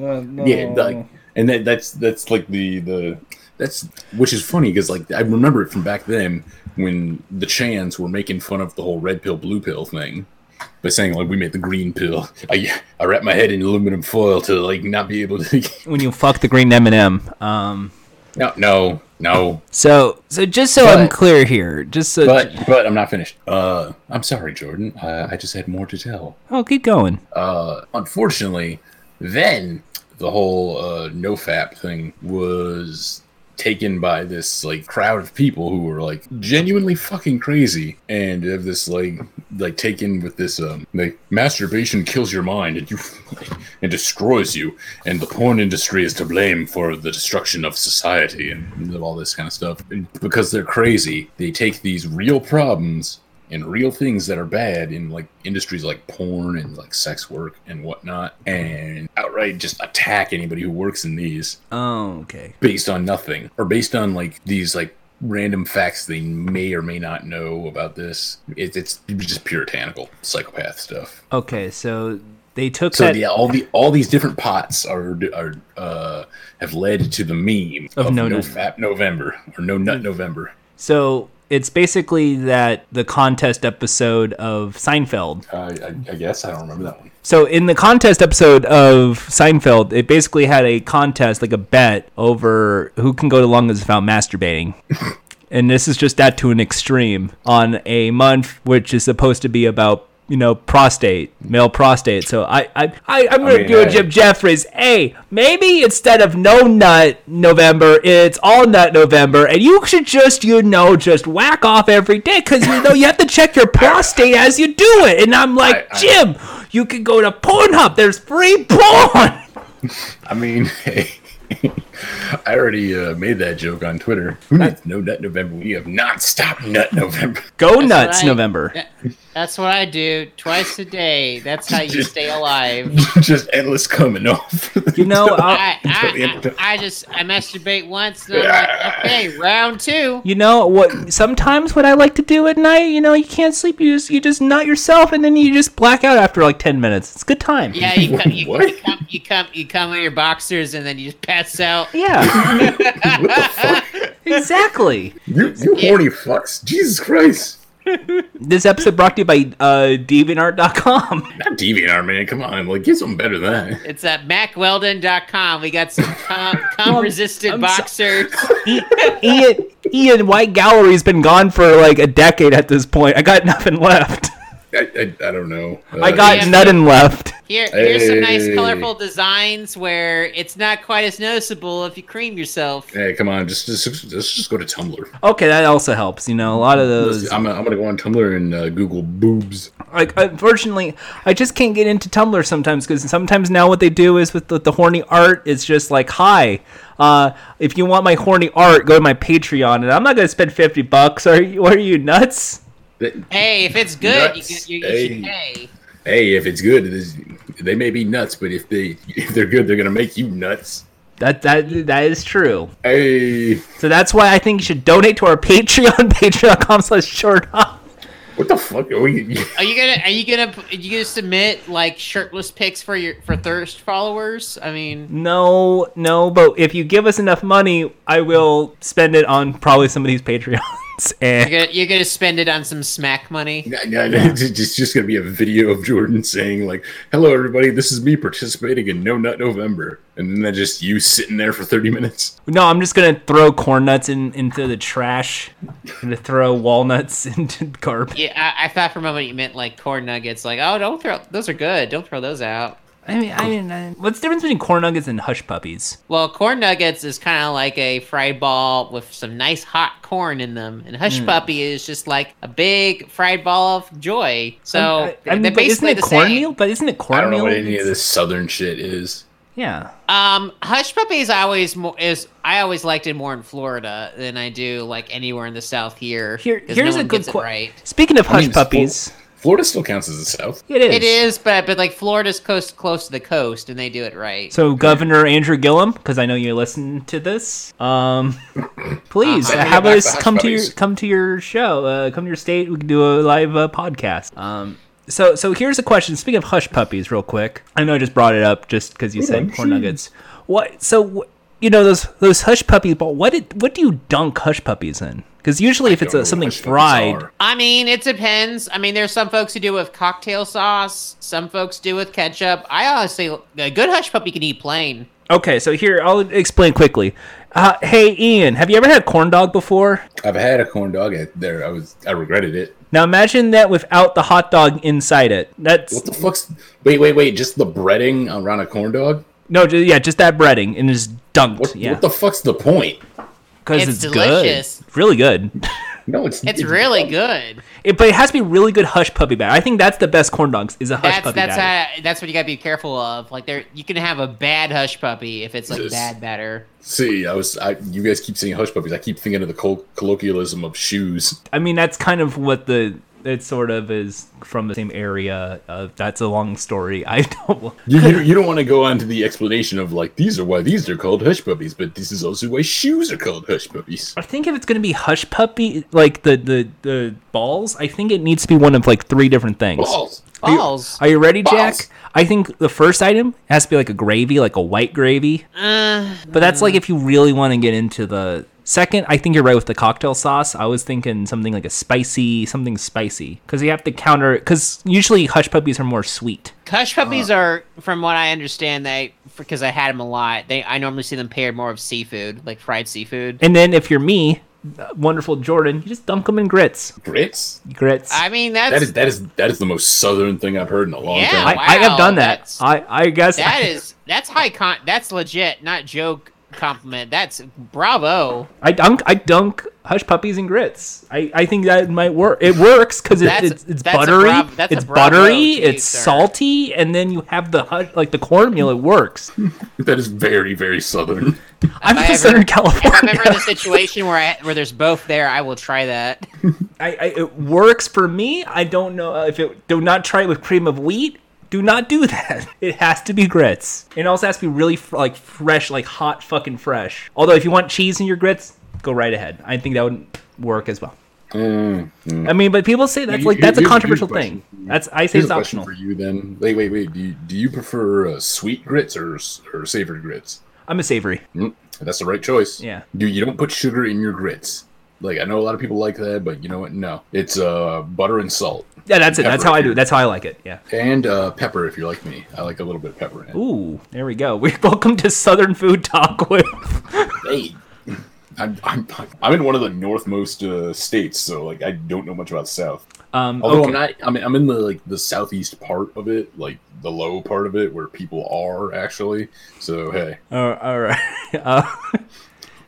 C: Oh.
B: like and that that's that's like the the that's which is funny because like I remember it from back then when the Chans were making fun of the whole red pill blue pill thing by saying like we made the green pill I I wrap my head in aluminum foil to like not be able to
C: when you fuck the green M and m Um,
B: no no no
C: so, so just so I'm
B: But-
C: clear here, just so
B: but but I'm not finished. Uh, I'm sorry, Jordan. Uh, I just had more to tell.
C: oh, keep going.
B: Uh, unfortunately, then the whole uh, nofap thing was taken by this like crowd of people who were like genuinely fucking crazy and have this like like taken with this um like masturbation kills your mind and you and destroys you and the porn industry is to blame for the destruction of society and all this kind of stuff and because they're crazy they take these real problems and real things that are bad in like industries like porn and like sex work and whatnot and outright just attack anybody who works in these
C: Oh, okay.
B: based on nothing or based on like these like random facts they may or may not know about this it, it's just puritanical psychopath stuff
C: Okay, so they took
B: so
C: that
B: yeah all the all these different pots are are uh have led to the meme
C: Of No Nut.
B: fap november or no nut november
C: So it's basically that the contest episode of Seinfeld.
B: uh, I, I guess i don't remember that one
C: So in the contest episode of Seinfeld, it basically had a contest, like a bet over who can go the longest without masturbating. and this is just that to an extreme on a month which is supposed to be about you know prostate male prostate so i i, I i'm gonna
B: mean,
C: do a
B: hey.
C: jim jeffries hey maybe instead of no nut november it's all nut november and you should just you know just whack off every day because you know you have to check your prostate as you do it and i'm like
B: I- I-
C: jim you can go to pornhub there's free porn
B: I mean, hey, I already uh, made that joke on Twitter. Who needs no nut November? We have non-stop nut November.
C: go nuts
A: right.
C: november
A: That- that's what I do twice a day. That's how you stay alive.
B: Just endless coming off.
C: you know I'll,
A: I, I, I, I just I masturbate once. And I'm like, okay, round two.
C: You know what? Sometimes what I like to do at night, you know, you can't sleep. You just you just nut yourself, and then you just black out after like ten minutes. It's a good time.
A: Yeah, you come, you,
B: What?
A: you come, you come, you come in your boxers, and then you just pass out.
C: Yeah,
B: what the fuck?
C: exactly.
B: You, you horny fucks. Jesus Christ.
C: This episode brought to you by uh, DeviantArt.com.
B: Not DeviantArt, man. Come on. Like, get something better than that.
A: It's at macweldon.com. We got some cum, cum resistant
C: I'm so-
A: boxers.
C: Ian Ian White Gallery's been gone for like a decade at this point. I got nothing left.
B: I, I, I don't know. Uh,
C: I got
A: yeah.
C: nothing left.
A: Here, here's some nice
B: Hey.
A: colorful designs where it's not quite as noticeable if you cream yourself.
B: Hey, come on, just just let's just go to Tumblr.
C: Okay, that also helps. You know, a lot of those.
B: I'm, I'm gonna go on Tumblr and uh, Google boobs.
C: like unfortunately i just can't get into tumblr sometimes because sometimes now what they do is with the, the horny art it's just like hi uh, if you want my horny art go to my patreon and i'm not going to spend 50 bucks are you are you nuts
A: Hey, if it's good, you, can,
B: Nuts.
A: you, you should pay.
B: Hey, if it's good, it is, they may be nuts, but if they if they're good, they're gonna make you nuts.
C: that that that is true
B: Hey,
C: so that's why i think you should donate to our patreon patreon.com slash short
B: what the fuck are we?
A: Are you gonna are you gonna are you gonna submit like shirtless pics for your for thirst followers? I
C: Mm.
A: mean,
C: no no but if you give us enough money i will spend it on probably some of these patreons and
A: you're gonna, you're gonna spend it on some smack money.
B: Nah, nah, nah, It's just, just gonna be a video of Jordan saying like, "Hello, everybody. This is me participating in No Nut November," and then just you sitting there for thirty minutes.
C: No, I'm just gonna throw corn nuts in into the trash. I'm gonna throw walnuts into garbage.
A: Yeah, I, I thought for a moment you meant like corn nuggets. Like, oh, don't throw those are good. Don't throw those out.
C: I mean, I mean, I, what's the difference between corn nuggets and hush puppies?
A: Well, corn nuggets is kind of like a fried ball with some nice hot corn in them, and
C: Mm.
A: hush puppy is just like a big fried ball of joy. So
C: I, I mean,
A: they're
C: but isn't
A: basically
C: it
A: the
C: cornmeal?
A: same.
C: But isn't it
B: I
C: cornmeal?
B: don't know what any of this southern shit is.
C: Yeah,
A: Um, hush puppies. I always more is I always liked it more in Florida than I do like anywhere in the South here.
C: Here-
A: 'cause
C: here's
A: no
C: a
A: one
C: good
A: gets it
C: que-
A: right.
C: Speaking of
B: I
C: hush
B: mean, Flo-
C: puppies,
B: Florida still counts as the South.
C: it is.
A: It is, but but like Florida's coast close to the coast, and they do it right.
C: So, Governor Andrew Gillum, because I know you listen to this, um, please
B: Uh-huh.
C: have
B: Back to
C: us
B: Hush
C: come to your
B: Puppies.
C: come to your show, uh, come to your state. We can do a live uh, podcast. Um, so, so here's a question. Speaking of hush puppies, real quick, I know I just brought it up just because you said corn nuggets. What? So, wh- you know those those hush puppies. But what did, what do you dunk hush puppies in? Because usually, if
B: Don't
C: it's
B: know
C: a,
B: what
C: something
B: hush puppies
C: fried,
B: are.
A: I mean, it depends. I mean, there's some folks who do it with cocktail sauce. Some folks do with ketchup. I honestly, a good hush puppy can eat plain.
C: okay. So here, I'll explain quickly. Uh, hey, Ian, have you ever had corn dog before?
B: I've had a corn dog at there. I was I regretted it.
C: Now imagine that without the hot dog inside it. That's
B: What the fuck's? Wait, wait, wait! Just the breading around a corn dog.
C: no, ju- yeah, just that breading and it's dunked.
B: What,
C: yeah,
B: what the fuck's the point?
C: because
A: It's
C: it's,
A: delicious.
C: good, really good.
B: No, it's
A: It's really good.
C: It- but it has to be really good hush puppy batter. I think that's the best corn dogs is a hush
A: That's
C: puppy
A: that's
C: batter.
A: how, that's what you gotta be careful of. Like there, you can have a bad hush puppy if it's like
B: Yes.
A: bad batter.
B: See, I was. I, you guys keep saying hush puppies. I keep thinking of the col- colloquialism of shoes.
C: I mean, that's kind of what the it sort of is from the same area. Of, that's a long story. I don't.
B: You, you, you don't want to go on to the explanation of like these are why these are called hush puppies, but this is also why shoes are called hush puppies.
C: I think if it's gonna be hush puppy, like the the the balls, I think it needs to be one of like three different things.
B: Balls.
A: Balls.
C: Are you ready, Jack?
B: Balls.
C: I think the first item has to be like a gravy, like a white gravy.
A: Uh,
C: But that's like if you really want to get into the second. I think you're right with the cocktail sauce. I was thinking something like a spicy, something spicy, because you have to counter. Because usually hush puppies are more sweet.
A: hush puppies
C: Uh,
A: are, from what I understand, they because I had them a lot. They I normally see them paired more of seafood, like fried seafood.
C: And then if you're me, uh, wonderful Jordan, you just dunk them in grits.
B: Grits.
C: Grits.
A: I mean, that's
B: That is that is that is the most southern thing I've heard in a long
A: Yeah.
C: I,
B: time.
C: I have
A: wow,
C: done that.
A: that's-
C: I I guess
A: that is that's high con. That's legit, not joke compliment. That's bravo.
C: I dunk I dunk hush puppies and grits. I, I think that might work. It works because it,
A: That's-
C: it's it's
A: that's a
C: buttery,
A: brav- that's a
C: it's
A: bravo
C: buttery,
A: to you,
C: it's
A: sir.
C: salty, and then you have the hush, like the cornmeal. It works.
B: That is very very southern.
C: I'm
A: I
C: from
A: ever-
C: Southern
A: If I'm
C: California.
A: ever in a situation where I, where there's both there, I will try that.
C: I, I, it works for me. I don't know uh, if it. Do not try it with cream of wheat. Do not do that. It has to be grits. It also has to be really fr- like fresh, like hot fucking fresh. Although if you want cheese in your grits, go right ahead. I think that would work as well. I mean, but people say that's
B: Here-
C: like that's a
B: Mm-hmm. here's- here's a
C: controversial
B: question
C: thing.
B: for you.
C: That's I say
B: Here's
C: it's
B: a question
C: optional.
B: for you then. Wait wait wait. Do you, do you prefer uh, sweet grits or s- or savory grits?
C: I'm a savory.
B: Mm, that's the right choice.
C: Yeah.
B: Dude, you don't put sugar in your grits. Like I know a lot of people like that, but you know what? No, it's uh butter and salt
C: Yeah, that's it. That's how I do.
B: Pepper.
C: it. That's how I like it. Yeah.
B: and uh, pepper if you're like me. I like a little bit of pepper in it.
C: Ooh, there we go. We welcome to Southern Food Talk with.
B: Hey, I'm, I'm I'm in one of the northmost uh, states, so like I don't know much about the South.
C: Um,
B: Although
C: okay.
B: I'm not, I'm, I'm in the like the southeast part of it, like the low part of it, where people are actually. So hey,
C: Oh, all right. Uh,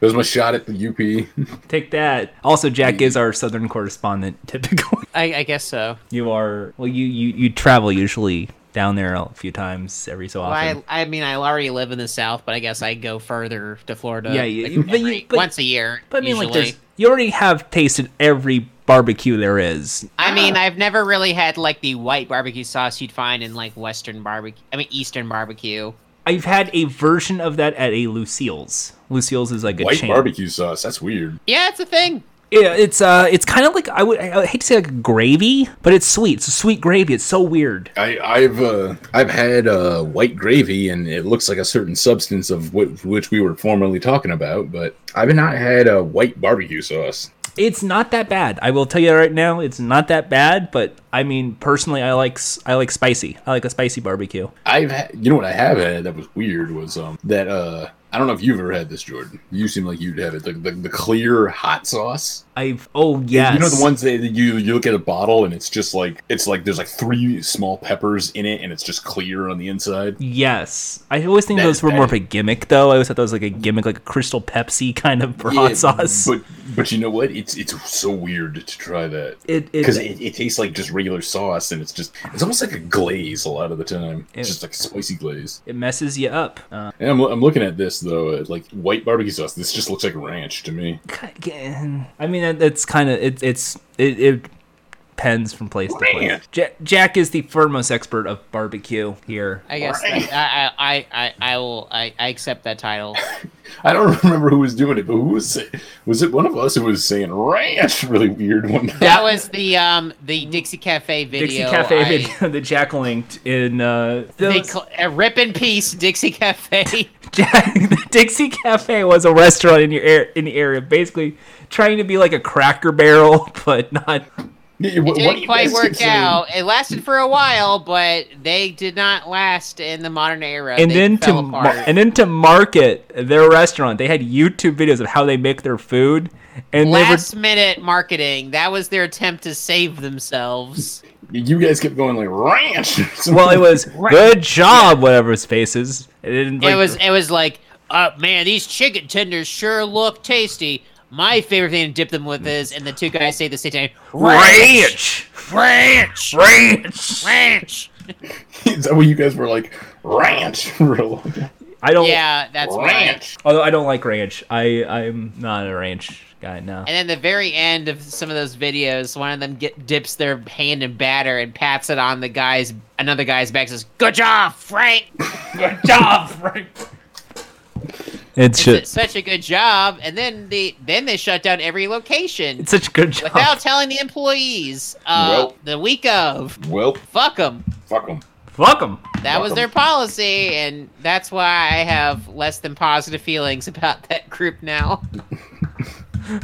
B: there's my shot at the UP.
C: take that. Also, Jack is our southern correspondent. Typically,
A: I, I guess so.
C: you are well. You you you travel usually down there a few times every so
A: Well,
C: often.
A: I, I mean, I already live in the South, but I guess I go further to Florida.
C: Yeah, you-
A: like,
C: but you-
A: every-
C: but-
A: once a year.
C: but I mean,
A: usually.
C: like, there's you already have tasted every barbecue there is.
A: I mean, I've never really had like the white barbecue sauce you'd find in like Western barbecue. I mean, Eastern barbecue.
C: I've had a version of that at a Lucille's. Lucille's is like a
B: White
C: chain.
B: barbecue sauce. That's weird.
A: Yeah, it's a thing.
C: Yeah, it's uh, it's kind of like I would I would hate to say like gravy, but it's sweet. It's a sweet gravy. It's so weird.
B: I, I've uh, I've had uh, white gravy, and it looks like a certain substance of which, which we were formerly talking about. But I've not had a white barbecue sauce.
C: It's not that bad. I will tell you right now, it's not that bad. But I mean, personally, I like s- I like spicy. I like a spicy barbecue.
B: I've ha- you know what I have had that was weird was um that uh I don't know if you've ever had this Jordan. You seem like you'd have it the the, the clear hot sauce.
C: I've oh yes,
B: You know the ones that you you look at a bottle and it's just like it's like there's like three small peppers in it and it's just clear on the inside.
C: Yes, I always think
B: That-
C: those were more
B: that-
C: of a gimmick, though. I always thought that was like a gimmick, like a Crystal Pepsi kind of for
B: Yeah,
C: hot sauce.
B: But but you know what? It's it's so weird to try that.
C: it, it,
B: because it, it tastes like just regular sauce and it's just it's almost like a glaze a lot of the time it's just like a spicy glaze
C: it messes you up. Uh,
B: and i'm, I'm looking at this though at like white barbecue sauce this just looks like ranch to me
C: again. I mean, it, it's kind of it, it's it, it depends from place to
B: Man.
C: place. Jack, Jack is the foremost expert of barbecue here.
A: I guess that, I, I, I, I will. I, I accept that title.
B: i don't remember who was doing it but who was it was it one of us who was saying ranch really weird one night?
A: That was the um the Dixie Cafe video.
C: Dixie Cafe
A: I-
C: video that Jack linked in uh,
A: They
C: those-
A: cl- uh, rip in peace, Dixie Cafe.
C: Jack, the Dixie Cafe was a restaurant in your air, in the area, basically trying to be like a Cracker Barrel, but not.
B: Yeah, what- what do
A: Didn't
B: you
A: quite
B: guys
A: work
B: saying?
A: out. It lasted for a while, but they did not last in the modern era.
C: and
A: They
C: then to
A: fell
C: mar-
A: apart.
C: and then to market their restaurant, they had YouTube videos of how they make their food, and
A: last
C: they
A: minute marketing. That was their attempt to save themselves.
B: you guys kept going like ranch
C: were well, it was good job, whatever's faces. It didn't. Like,
A: it was it was like, uh, man, these chicken tenders sure look tasty. My favorite thing to dip them with is, and the two guys say at the same time, ranch,
C: ranch,
A: ranch,
C: ranch.
A: ranch.
B: is that what you guys were like ranch for a long time?
C: I don't.
A: Yeah, that's right.
B: ranch
C: Although I don't like ranch, I I'm not a ranch guy now.
A: And then the very end of some of those videos, one of them get, dips their hand in batter and pats it on the guy's another guy's back. Says, "Good job, Frank. Good job, Frank.
C: It's
A: It's
C: just
A: such a good job." And then the then they shut down every location
C: it's such a good job.
A: without telling the employees. Uh,
B: Well.
A: the week of,
B: well
A: fuck them.
B: fuck them
C: Fuck them.
A: That was
B: Fuck 'em.
A: their policy, and that's why I have less than positive feelings about that group now.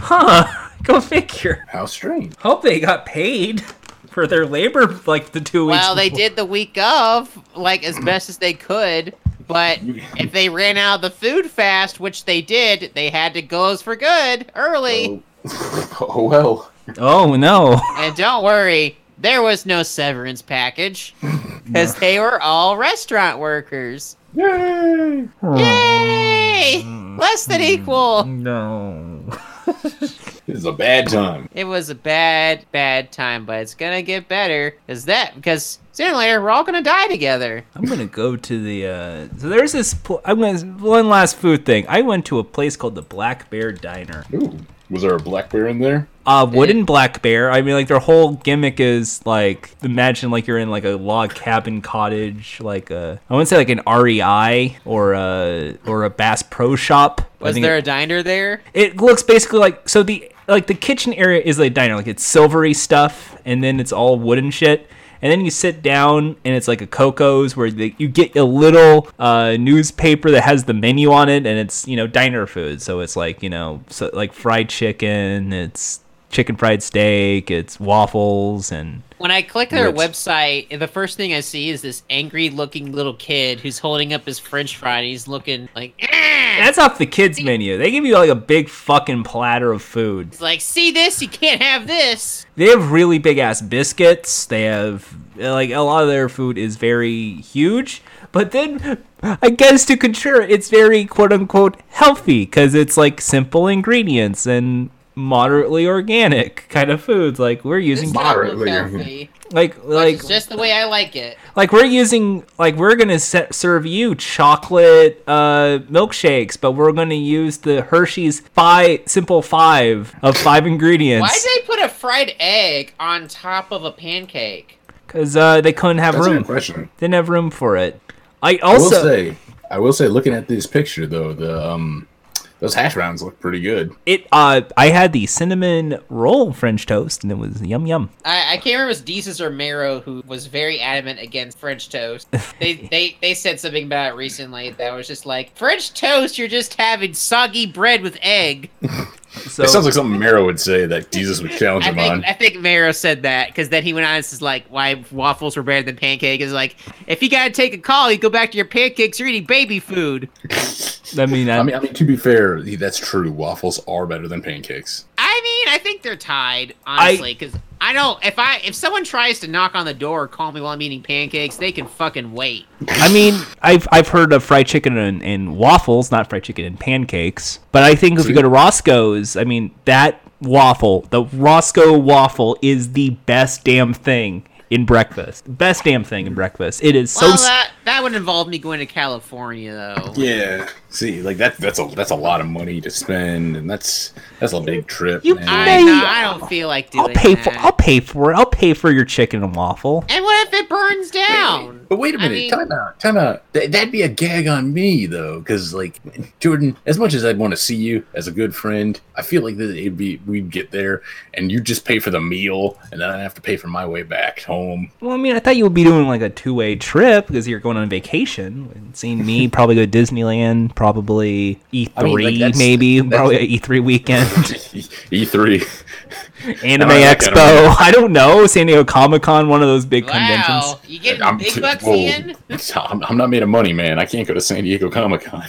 C: Huh? Go figure.
B: how strange
C: Hope they got paid for their labor like the two weeks.
A: Well, they
C: before.
A: did the week of, like as best as they could. But if they ran out of the food fast, which they did, they had to close for good early.
B: oh, oh well
C: Oh no.
A: And don't worry, there was no severance package because they were all restaurant workers.
B: Yay!
A: Yay! Less than equal.
C: No.
B: This is a bad time.
A: It was a bad, bad time, but it's gonna get better. Is that because sooner or later we're all gonna die together?
C: I'm gonna go to the. Uh, so there's this. Pl- I'm gonna one last food thing. I went to a place called the Black Bear Diner.
B: Ooh, was there a black bear in there?
C: A wooden black bear. I mean, like their whole gimmick is like imagine like you're in like a log cabin cottage, like a I wouldn't say like an REI or a or a Bass Pro Shop. I
A: Was
C: think
A: there
C: it-
A: a diner there?
C: it looks basically like so the like the kitchen area is like diner like it's silvery stuff and then it's all wooden shit and then you sit down and it's like a coco's where the, you get a little uh, newspaper that has the menu on it and it's you know diner food so it's like you know so like fried chicken it's chicken fried steak it's waffles and
A: When I click their
C: Ribs.
A: website, the first thing I see is this angry looking little kid who's holding up his french fry and he's looking like, "Eh,
C: That's off the kids menu. They give you like a big fucking platter of food.
A: It's like, see this? You can't have this.
C: They have really big ass biscuits. They have like a lot of their food is very huge. But then, I guess to consider it's very quote unquote healthy because it's like simple ingredients and moderately organic kind of foods. Like we're using
A: This
B: Moderately.
A: stuff looks healthy.
C: like like
A: It's just the way I like it.
C: like we're using like we're gonna se- serve you chocolate uh milkshakes but we're gonna use the hershey's five simple five of five
A: Why
C: ingredients
A: did they put a fried egg on top of a pancake?
C: because uh they couldn't have
B: That's a
C: room
B: good question.
C: didn't have room for it i
B: I will
C: also
B: say, I will say, looking at this picture though, the um, those hash rounds look pretty good.
C: it uh i had the cinnamon roll french toast and it was yum yum
A: I, I can't remember if it was Deezus or Mero who was very adamant against French toast. They, they they said something about it recently that was just like French toast. You're just having soggy bread with egg.
C: so
B: it sounds like something Mero would say that Jesus would challenge
A: I
B: him on.
A: think I think Mero said that because then he went on and says like why waffles were better than pancakes. Is like if you gotta take a call, you go back to your pancakes. You're eating baby food.
C: i mean, I,
B: I mean, I mean, to be fair, he- that's true. Waffles are better than pancakes.
A: I mean, I think they're tied, honestly, because I, know if I if someone tries to knock on the door or call me while I'm eating pancakes, they can fucking wait.
C: I mean i've i've heard of fried chicken and, and waffles not fried chicken and pancakes but i think if you go to roscoe's i mean that waffle the roscoe waffle is the best damn thing in breakfast best damn thing in breakfast it is so
A: well,
C: s-
A: that that would involve me going to California though.
B: Yeah. See, like that that's a that's a lot of money to spend, and that's that's a big trip.
C: You-
B: man.
A: I,
C: Hey,
A: no, I don't feel like doing
C: i'll pay
A: that.
C: for i'll pay for it i'll pay for your chicken and waffle
A: and what if it burns down?
B: But wait a
A: I
B: minute,
A: mean-
B: time out, time out. Th- that'd be a gag on me though, because like Jordan, as much as I'd want to see you as a good friend, I feel like that it'd be we'd get there and you just pay for the meal, and then I'd have to pay for my way back home.
C: well i mean i thought you would be doing like a two-way trip because you're going on vacation and seeing me probably go to disneyland probably e3
B: I mean, like, that's-
C: maybe
B: that's-
C: probably an e3 weekend
B: E three. Am
C: Anime
B: I like
C: Expo.
B: anime?
C: I don't know. San Diego Comic Con, one of those big conventions.
A: Wow, you getting
B: I'm,
A: big
B: too-
A: bucks
B: whoa.
A: in?
B: I'm, I'm not made of money, man. I can't go to San Diego Comic Con.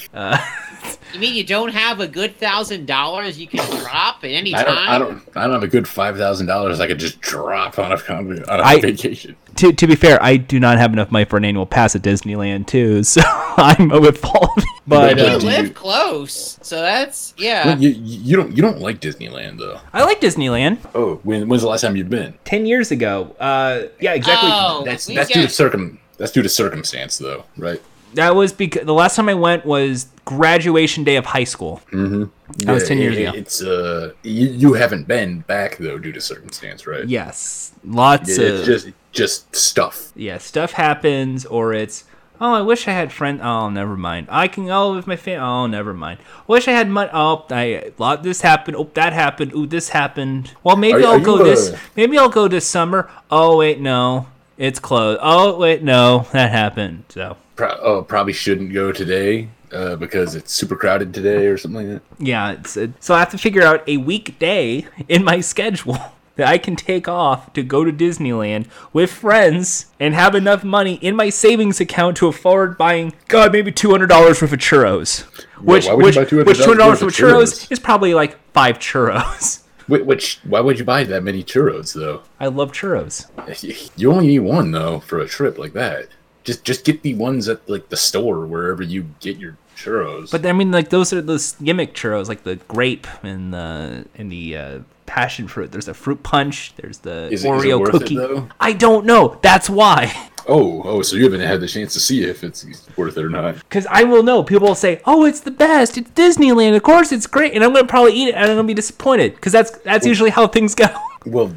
A: You mean you don't have a good thousand dollars you can drop at any
B: I
A: time?
B: don't, I don't, I don't have a good five thousand dollars I could just drop on a on a
C: I-
B: vacation.
C: To, to be fair, I do not have enough money for an annual pass at Disneyland too, so I'm with fault. But
A: You
B: Yeah,
C: uh,
B: do
A: live
B: you-
A: close, so that's yeah.
B: Well, you, you don't, you don't like Disneyland though.
C: I like Disneyland.
B: Oh, when, when's the last time you've been?
C: Ten years ago, uh, yeah, exactly.
A: Oh,
B: That's
A: we
B: that's
A: got-
B: due to circum, that's due to circumstance though, right?
C: That was because the last time I went was graduation day of high school.
B: Mm.
C: That was 10 years ago.
B: It's uh, you, you haven't been back though due to circumstance, right?
C: Yes, uh, lots
B: It's
C: of
B: just just stuff.
C: yeah, stuff happens, or it's oh, I wish I had friend. Oh, never mind. I can oh, if my fan. Oh, never mind. Wish I had money. Oh, I lot this happened. Oh, that happened. Ooh, this happened. Well, maybe
B: Are- are
C: I'll go
B: you,
C: this.
B: uh,
C: Maybe I'll go this summer. Oh wait, no, it's closed. Oh wait, no, that happened. So
B: Pro- oh, probably shouldn't go today uh, because it's super crowded today or something like that.
C: yeah, it's it, so I have to figure out a weekday in my schedule. That I can take off to go to Disneyland with friends and have enough money in my savings account to afford buying, God, maybe two hundred dollars worth of churros. Which,
B: why would you
C: which,
B: buy $200
C: which two hundred
B: worth
C: dollars
B: of
C: worth of churros
B: churros?
C: is probably like five churros.
B: Wh- Which why would you buy that many churros though?
C: I love churros.
B: You only need one though for a trip like that. Just just get the ones at like the store wherever you get your churros.
C: But I mean, like those are those gimmick churros, like the grape and the and the uh, passion fruit. There's a fruit punch. There's the
B: Is it- is it
C: Oreo
B: worth it,
C: cookie.
B: though?
C: I don't know. That's why.
B: oh oh, so you haven't had the chance to see if it's worth it or not.
C: Because I will know. People will say, "Oh, it's the best. It's Disneyland. Of course, it's great." And I'm gonna probably eat it, and I'm gonna be disappointed. Because that's that's usually how things go.
B: Well,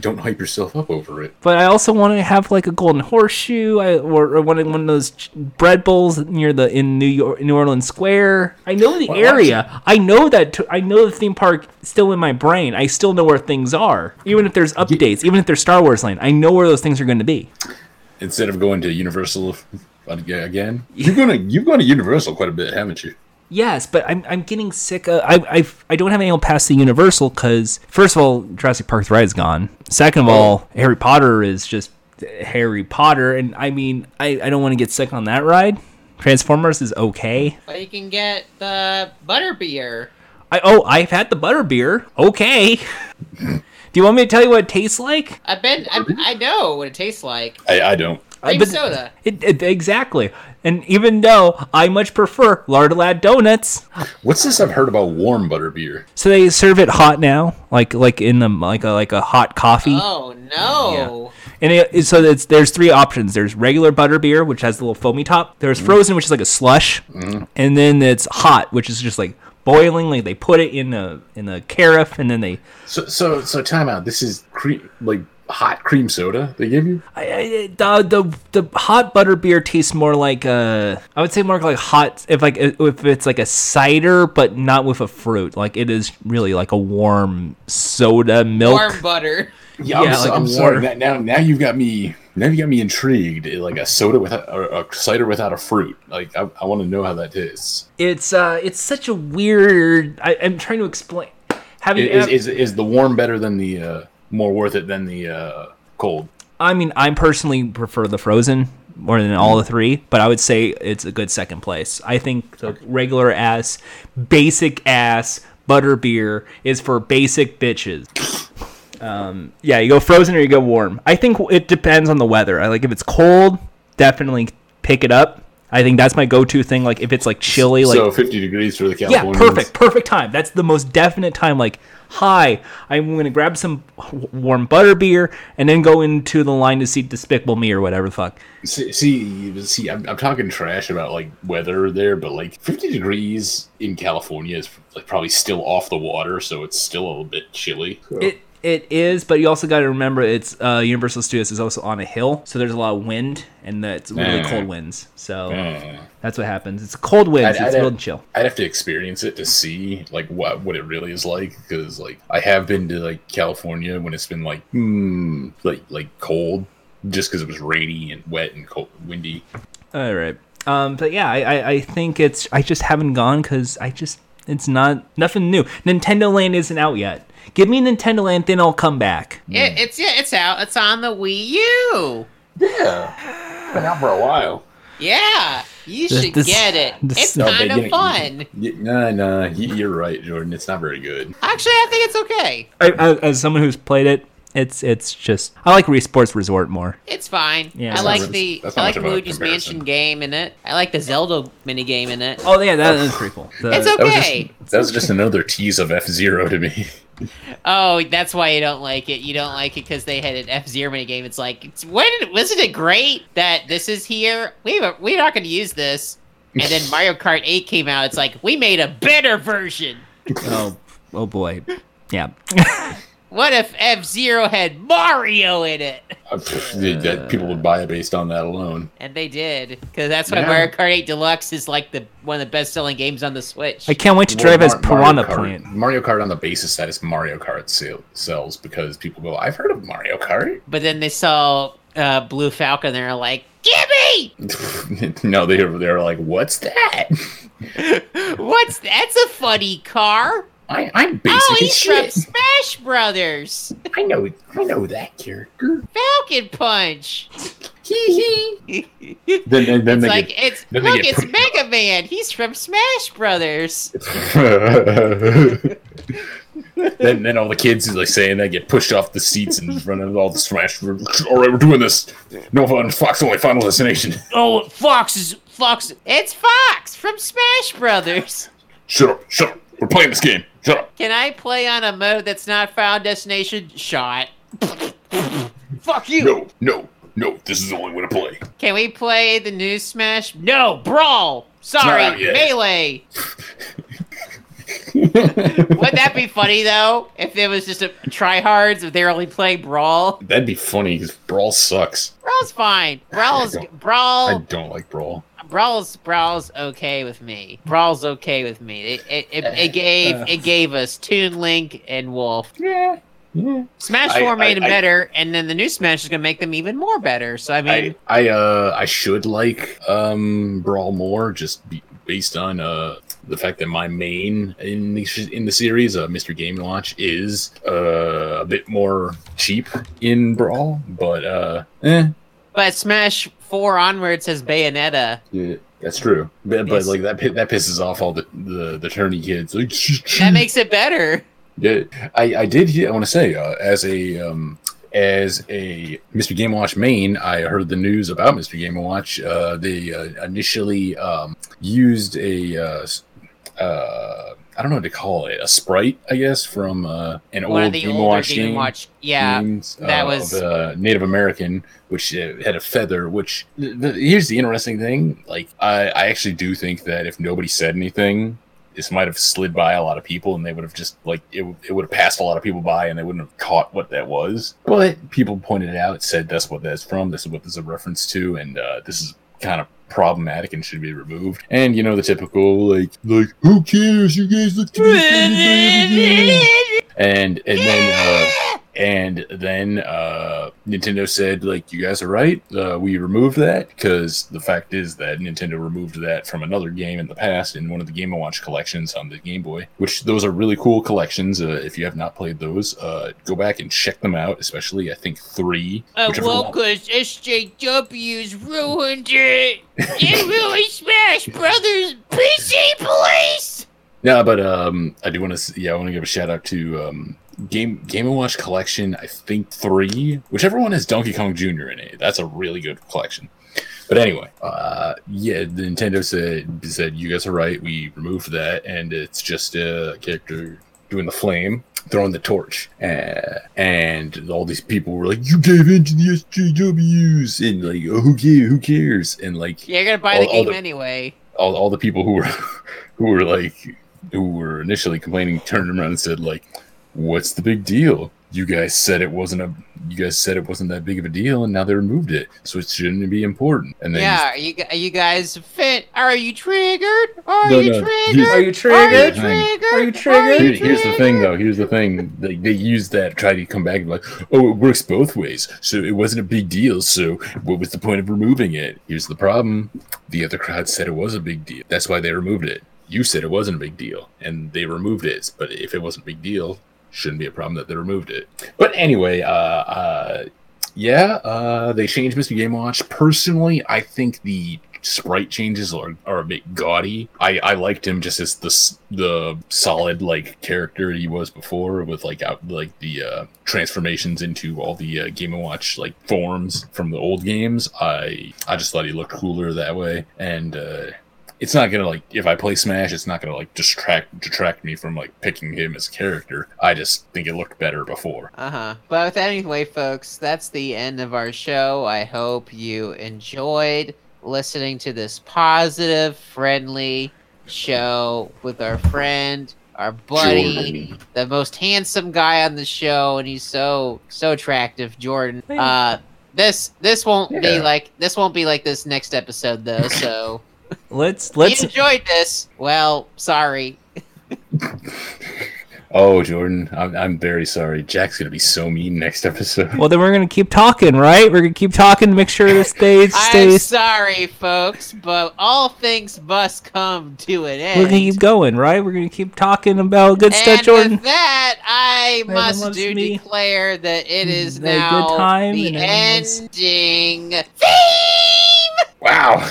B: don't hype yourself up over it.
C: But I also want to have like a golden horseshoe, I, or, or one of one of those ch- bread bowls near the in New York, New Orleans Square. I know the
B: Well,
C: area. I know that. t- I know the theme park still in my brain. I still know where things are, even if there's updates, even if there's Star Wars Land. I know where those things are going to be.
B: Instead of going to Universal ag- again, you're gonna you've gone to Universal quite a bit, haven't you?
C: Yes, but I'm, I'm getting sick of I I've, I don't have anyone past the Universal because first of all Jurassic Park the ride's gone. Second
A: Oh.
C: of all Harry Potter is just Harry Potter, and I mean I, I don't want to get sick on that ride. Transformers is okay.
A: But you can get the butterbeer.
C: I oh, I've had the butterbeer. Okay. Do you want me to tell you what it tastes like?
A: I bet I, I know what it tastes like.
B: I, I don't.
C: Uh,
A: Grape
C: but-
A: soda.
C: It, it- exactly. And even though I much prefer lard lad donuts,
B: What's this I've heard about warm butter beer?
C: so they serve it hot now, like like in the like a like a hot coffee.
A: Oh no!
C: And it, so it's, there's three options. There's regular butter beer, which has the little foamy top. There's frozen, which is like a slush, and then it's hot, which is just like boiling. Like they put it in a in a carafe, and then they.
B: So so so time out. This is cream like hot cream soda they give you.
C: I, I, the the the hot butter beer tastes more like uh I would say more like hot if like if it's like a cider but not with a fruit like it is really like a warm soda milk.
A: Warm butter.
B: Yeah,
C: Yeah,
B: I'm, so-
C: like
B: I'm
C: water.
B: sorry. Now, now now you've got me. Now you got me intrigued. Like a soda without or a cider without a fruit. Like I, I want to know how that tastes.
C: It's uh it's such a weird. I, I'm trying to explain. Have you?
B: Is,
C: ev-
B: is, is the warm better than the uh, more worth it than the uh, cold?
C: I mean, I personally prefer the frozen more than all the three, but I would say it's a good second place. I think the regular ass, basic ass butter beer is for basic bitches. Um, yeah, you go frozen or you go warm. I think it depends on the weather. I like if it's cold, definitely pick it up. I think that's my go-to thing. Like if it's like chilly, like
B: so 50 degrees for the
C: yeah,
B: Californians.
C: perfect, perfect time. That's the most definite time. Like, hi, I'm going to grab some w- warm butter beer and then go into the line to see Despicable Me or whatever the fuck.
B: See, see, see I'm, I'm talking trash about like weather there, but like 50 degrees in California is like probably still off the water, so it's still a little bit chilly. So-
C: It it is, but you also got to remember it's uh, Universal Studios is also on a hill, so there's a lot of wind and that's really
B: Mm.
C: cold winds. So
B: Mm.
C: that's what happens. It's cold winds.
B: I'd-
C: it's
B: I'd-
C: real chill.
B: I'd have to experience it to see like what what it really is like because like I have been to like California when it's been like hmm like like cold just because it was rainy and wet and cold windy.
C: All right. Um, but yeah, I, I, I think it's I just haven't gone because I just it's not nothing new. Nintendo Land isn't out yet. Give me Nintendo Land, then I'll come back.
B: Mm.
A: It, it's yeah, it's out. It's on the Wii U.
B: Yeah, been out for a while.
A: Yeah, you
C: This-
A: should
C: this-
A: get it.
C: this-
A: it's
C: No,
B: but
A: kind
B: you
A: of
B: know-
A: fun.
B: Y- Nah, nah, y- you're right, Jordan. It's not very good.
A: Actually, I think it's okay.
C: I, as, as someone who's played it, it's it's just I like Re Sports Resort more.
A: It's fine.
C: Yeah.
A: I
C: That's
A: like
B: not really-
A: the
B: that's
A: I
B: not
A: like
B: much
A: the
B: of a
A: Luigi's
B: comparison.
A: Mansion game in it. I like the Zelda minigame in it.
C: Oh yeah, that is pretty cool. The-
A: It's
B: That was
A: okay.
B: just that was just another tease of F Zero to me.
A: Oh, that's why you don't like it. You don't like it because they had an F Zero minigame. It's like, it's, when wasn't it great that this is here? We were- we're not going to use this. And then Mario Kart Eight came out. It's like we made a better version.
C: oh oh boy, yeah.
A: What if F Zero had Mario in it?
B: that people would buy it based on that alone.
A: And they did, because that's why
B: Yeah.
A: Mario Kart 8 Deluxe is like the one of the best-selling games on the Switch.
C: I can't wait to drive as Piranha Plant.
B: Mario Kart on the basis that it's Mario Kart sale- sells because people go, I've heard of Mario Kart.
A: But then they saw uh, Blue Falcon, they're like, "Gimme!
B: no, they were- they were like, what's that?
A: What's that's a funny car?
B: I, I'm basic
A: Oh,
B: as
A: he's from
B: shit.
A: Smash Brothers,
B: I know I know that character.
A: Falcon Punch."
B: Hee
A: it's
B: hee. Then then, then they
A: like
B: get-
A: it's
B: then they
A: look,
B: get
A: it's
B: put-
A: Mega Man. He's from Smash Brothers.
B: then, then all the kids is like saying that get pushed off the seats in front of all the smash. All right, we're doing this. No fun. Fox only Final Destination.
A: Oh, Fox is Fox. It's Fox from Smash Brothers.
B: Shut up. Shut up. We're playing this game. Shut up.
A: Can I play on a mode that's not Final Destination? Shot. Fuck you.
B: No, no, no. This is the only way to play.
A: Can we play the new Smash? No, Brawl. Sorry,
B: out yet.
A: Melee. Wouldn't that be funny though? If it was just a tryhards, if they're only playing Brawl.
B: That'd be funny because Brawl sucks.
A: Brawl's fine. Brawl's
B: I don't- I
A: Brawl.
B: don't like Brawl.
A: Brawl's Brawl's okay with me. Brawl's okay with me. It it, it, it gave it gave us Toon Link and Wolf.
B: Yeah. Yeah.
A: Smash
B: I-
A: Four made
B: I-
A: them
B: I-
A: better, and then the new Smash is gonna make them even more better. So I mean,
B: I I uh I should like um Brawl more just be, based on uh the fact that my main in the sh- in the series uh Mr. Game Watch is uh a bit more cheap in Brawl, but uh eh
A: But Smash four onwards has Bayonetta.
B: Yeah, that's true. But, but
A: Yes.
B: like that, pi- that pisses off all the the, the tourney kids. Like,
A: That makes it better.
B: Yeah, I, I did. hear- I want to say uh, as a um, as a Mr. Game Watch main, I heard the news about Mr. Game Watch. Uh, they uh, initially um, used a uh, s- uh, I don't know what to call it, a sprite, I guess, from uh, an
A: One
B: old
A: of the
B: Game
A: older
B: Watch
A: Game
B: game.
A: Watch. Yeah.
B: memes,
A: that
B: uh,
A: was-
B: of, uh, Native American, which uh, had a feather. Which th- th- here's the interesting thing: like, I, I actually do think that if nobody said anything, this might have slid by a lot of people, and they would have just like it. w- It would have passed a lot of people by, and they wouldn't have caught what that was. But people pointed it out, said that's what that's from. This is what this is a reference to, and uh, this is kind of problematic and should be removed. And you know the typical like like who cares? You guys look to be friends, and and then. Uh, and then uh, Nintendo said, like, you guys are right. Uh, we removed that because the fact is that Nintendo removed that from another game in the past in one of the Game & Watch collections on the Game Boy, which those are really cool collections. Uh, if you have not played those, uh, go back and check them out, especially, I think, three.
A: Uh,
B: whichever
A: well,
B: one-
A: because SJW's ruined it. It really Smash Brothers PC Police.
B: Yeah, but um, I do want to. Yeah, I want to give a shout out to um, Game Game and Watch Collection. I think three, whichever one has Donkey Kong Jr. in it. That's a really good collection. But anyway, uh, yeah, the Nintendo said said you guys are right. We removed that, and it's just a character doing the flame, throwing the torch, uh, and all these people were like, "You gave in to the SJWs," and like, oh, "Who cares? Who cares?" And like,
A: Yeah, you're gonna buy
B: All-
A: the
B: all
A: game
B: the-
A: anyway.
B: all, all the people who were who were like who were initially complaining turned around and said like what's the big deal you guys said it wasn't a you guys said it wasn't that big of a deal and now they removed it so it shouldn't be important and then
A: Yeah, are you, gu- are you guys fit? Are you triggered? Are
B: No,
A: you
B: no,
A: triggered?
B: here's-
C: Are you
A: Are you
B: Hang
C: triggered?
B: on.
A: triggered?
C: Are you triggered?
B: Here- here's the thing though here's the thing they, they use that try to come back and like oh it works both ways so it wasn't a big deal so what was the point of removing it here's the problem the other crowd said it was a big deal that's why they removed it you said it wasn't a big deal and they removed it but if it wasn't a big deal shouldn't be a problem that they removed it but anyway uh uh yeah, uh, they changed Mr. Game Watch. Personally, I think the sprite changes are, are a bit gaudy. I, I liked him just as the s- the solid like character he was before, with like out like the uh, transformations into all the uh, Game Watch like forms from the old games. I I just thought he looked cooler that way, and uh, it's not gonna like if I play Smash, it's not gonna like distract detract me from like picking him as a character. I just think it looked better before.
A: Uh huh. But with that anyway, folks, that's the end of our show. I hope you enjoyed listening to this positive, friendly show with our friend, our buddy,
B: Jordan.
A: the most handsome guy on the show, and he's so so attractive, Jordan.
C: Thanks.
A: Uh, this this won't be
B: Yeah.
A: like this won't be like this next episode though. So
C: Let's
A: if
C: let's
A: you enjoyed this. Well, sorry.
B: Oh, Jordan, I'm, I'm very sorry. Jack's gonna be so mean next episode.
C: Well, then we're gonna keep talking, right? We're gonna keep talking to make sure this stays
A: I'm
C: stays.
A: sorry, folks, but all things must come to an
C: We're
A: end.
C: gonna keep going, right? We're gonna keep talking about good stuff,
A: and
C: Jordan.
A: with that, I
C: Everyone
A: must
C: loves
A: do
C: me.
A: declare that it is
C: Had a good
A: now
C: time,
A: the
C: and everyone's-
A: ending.
B: Wow.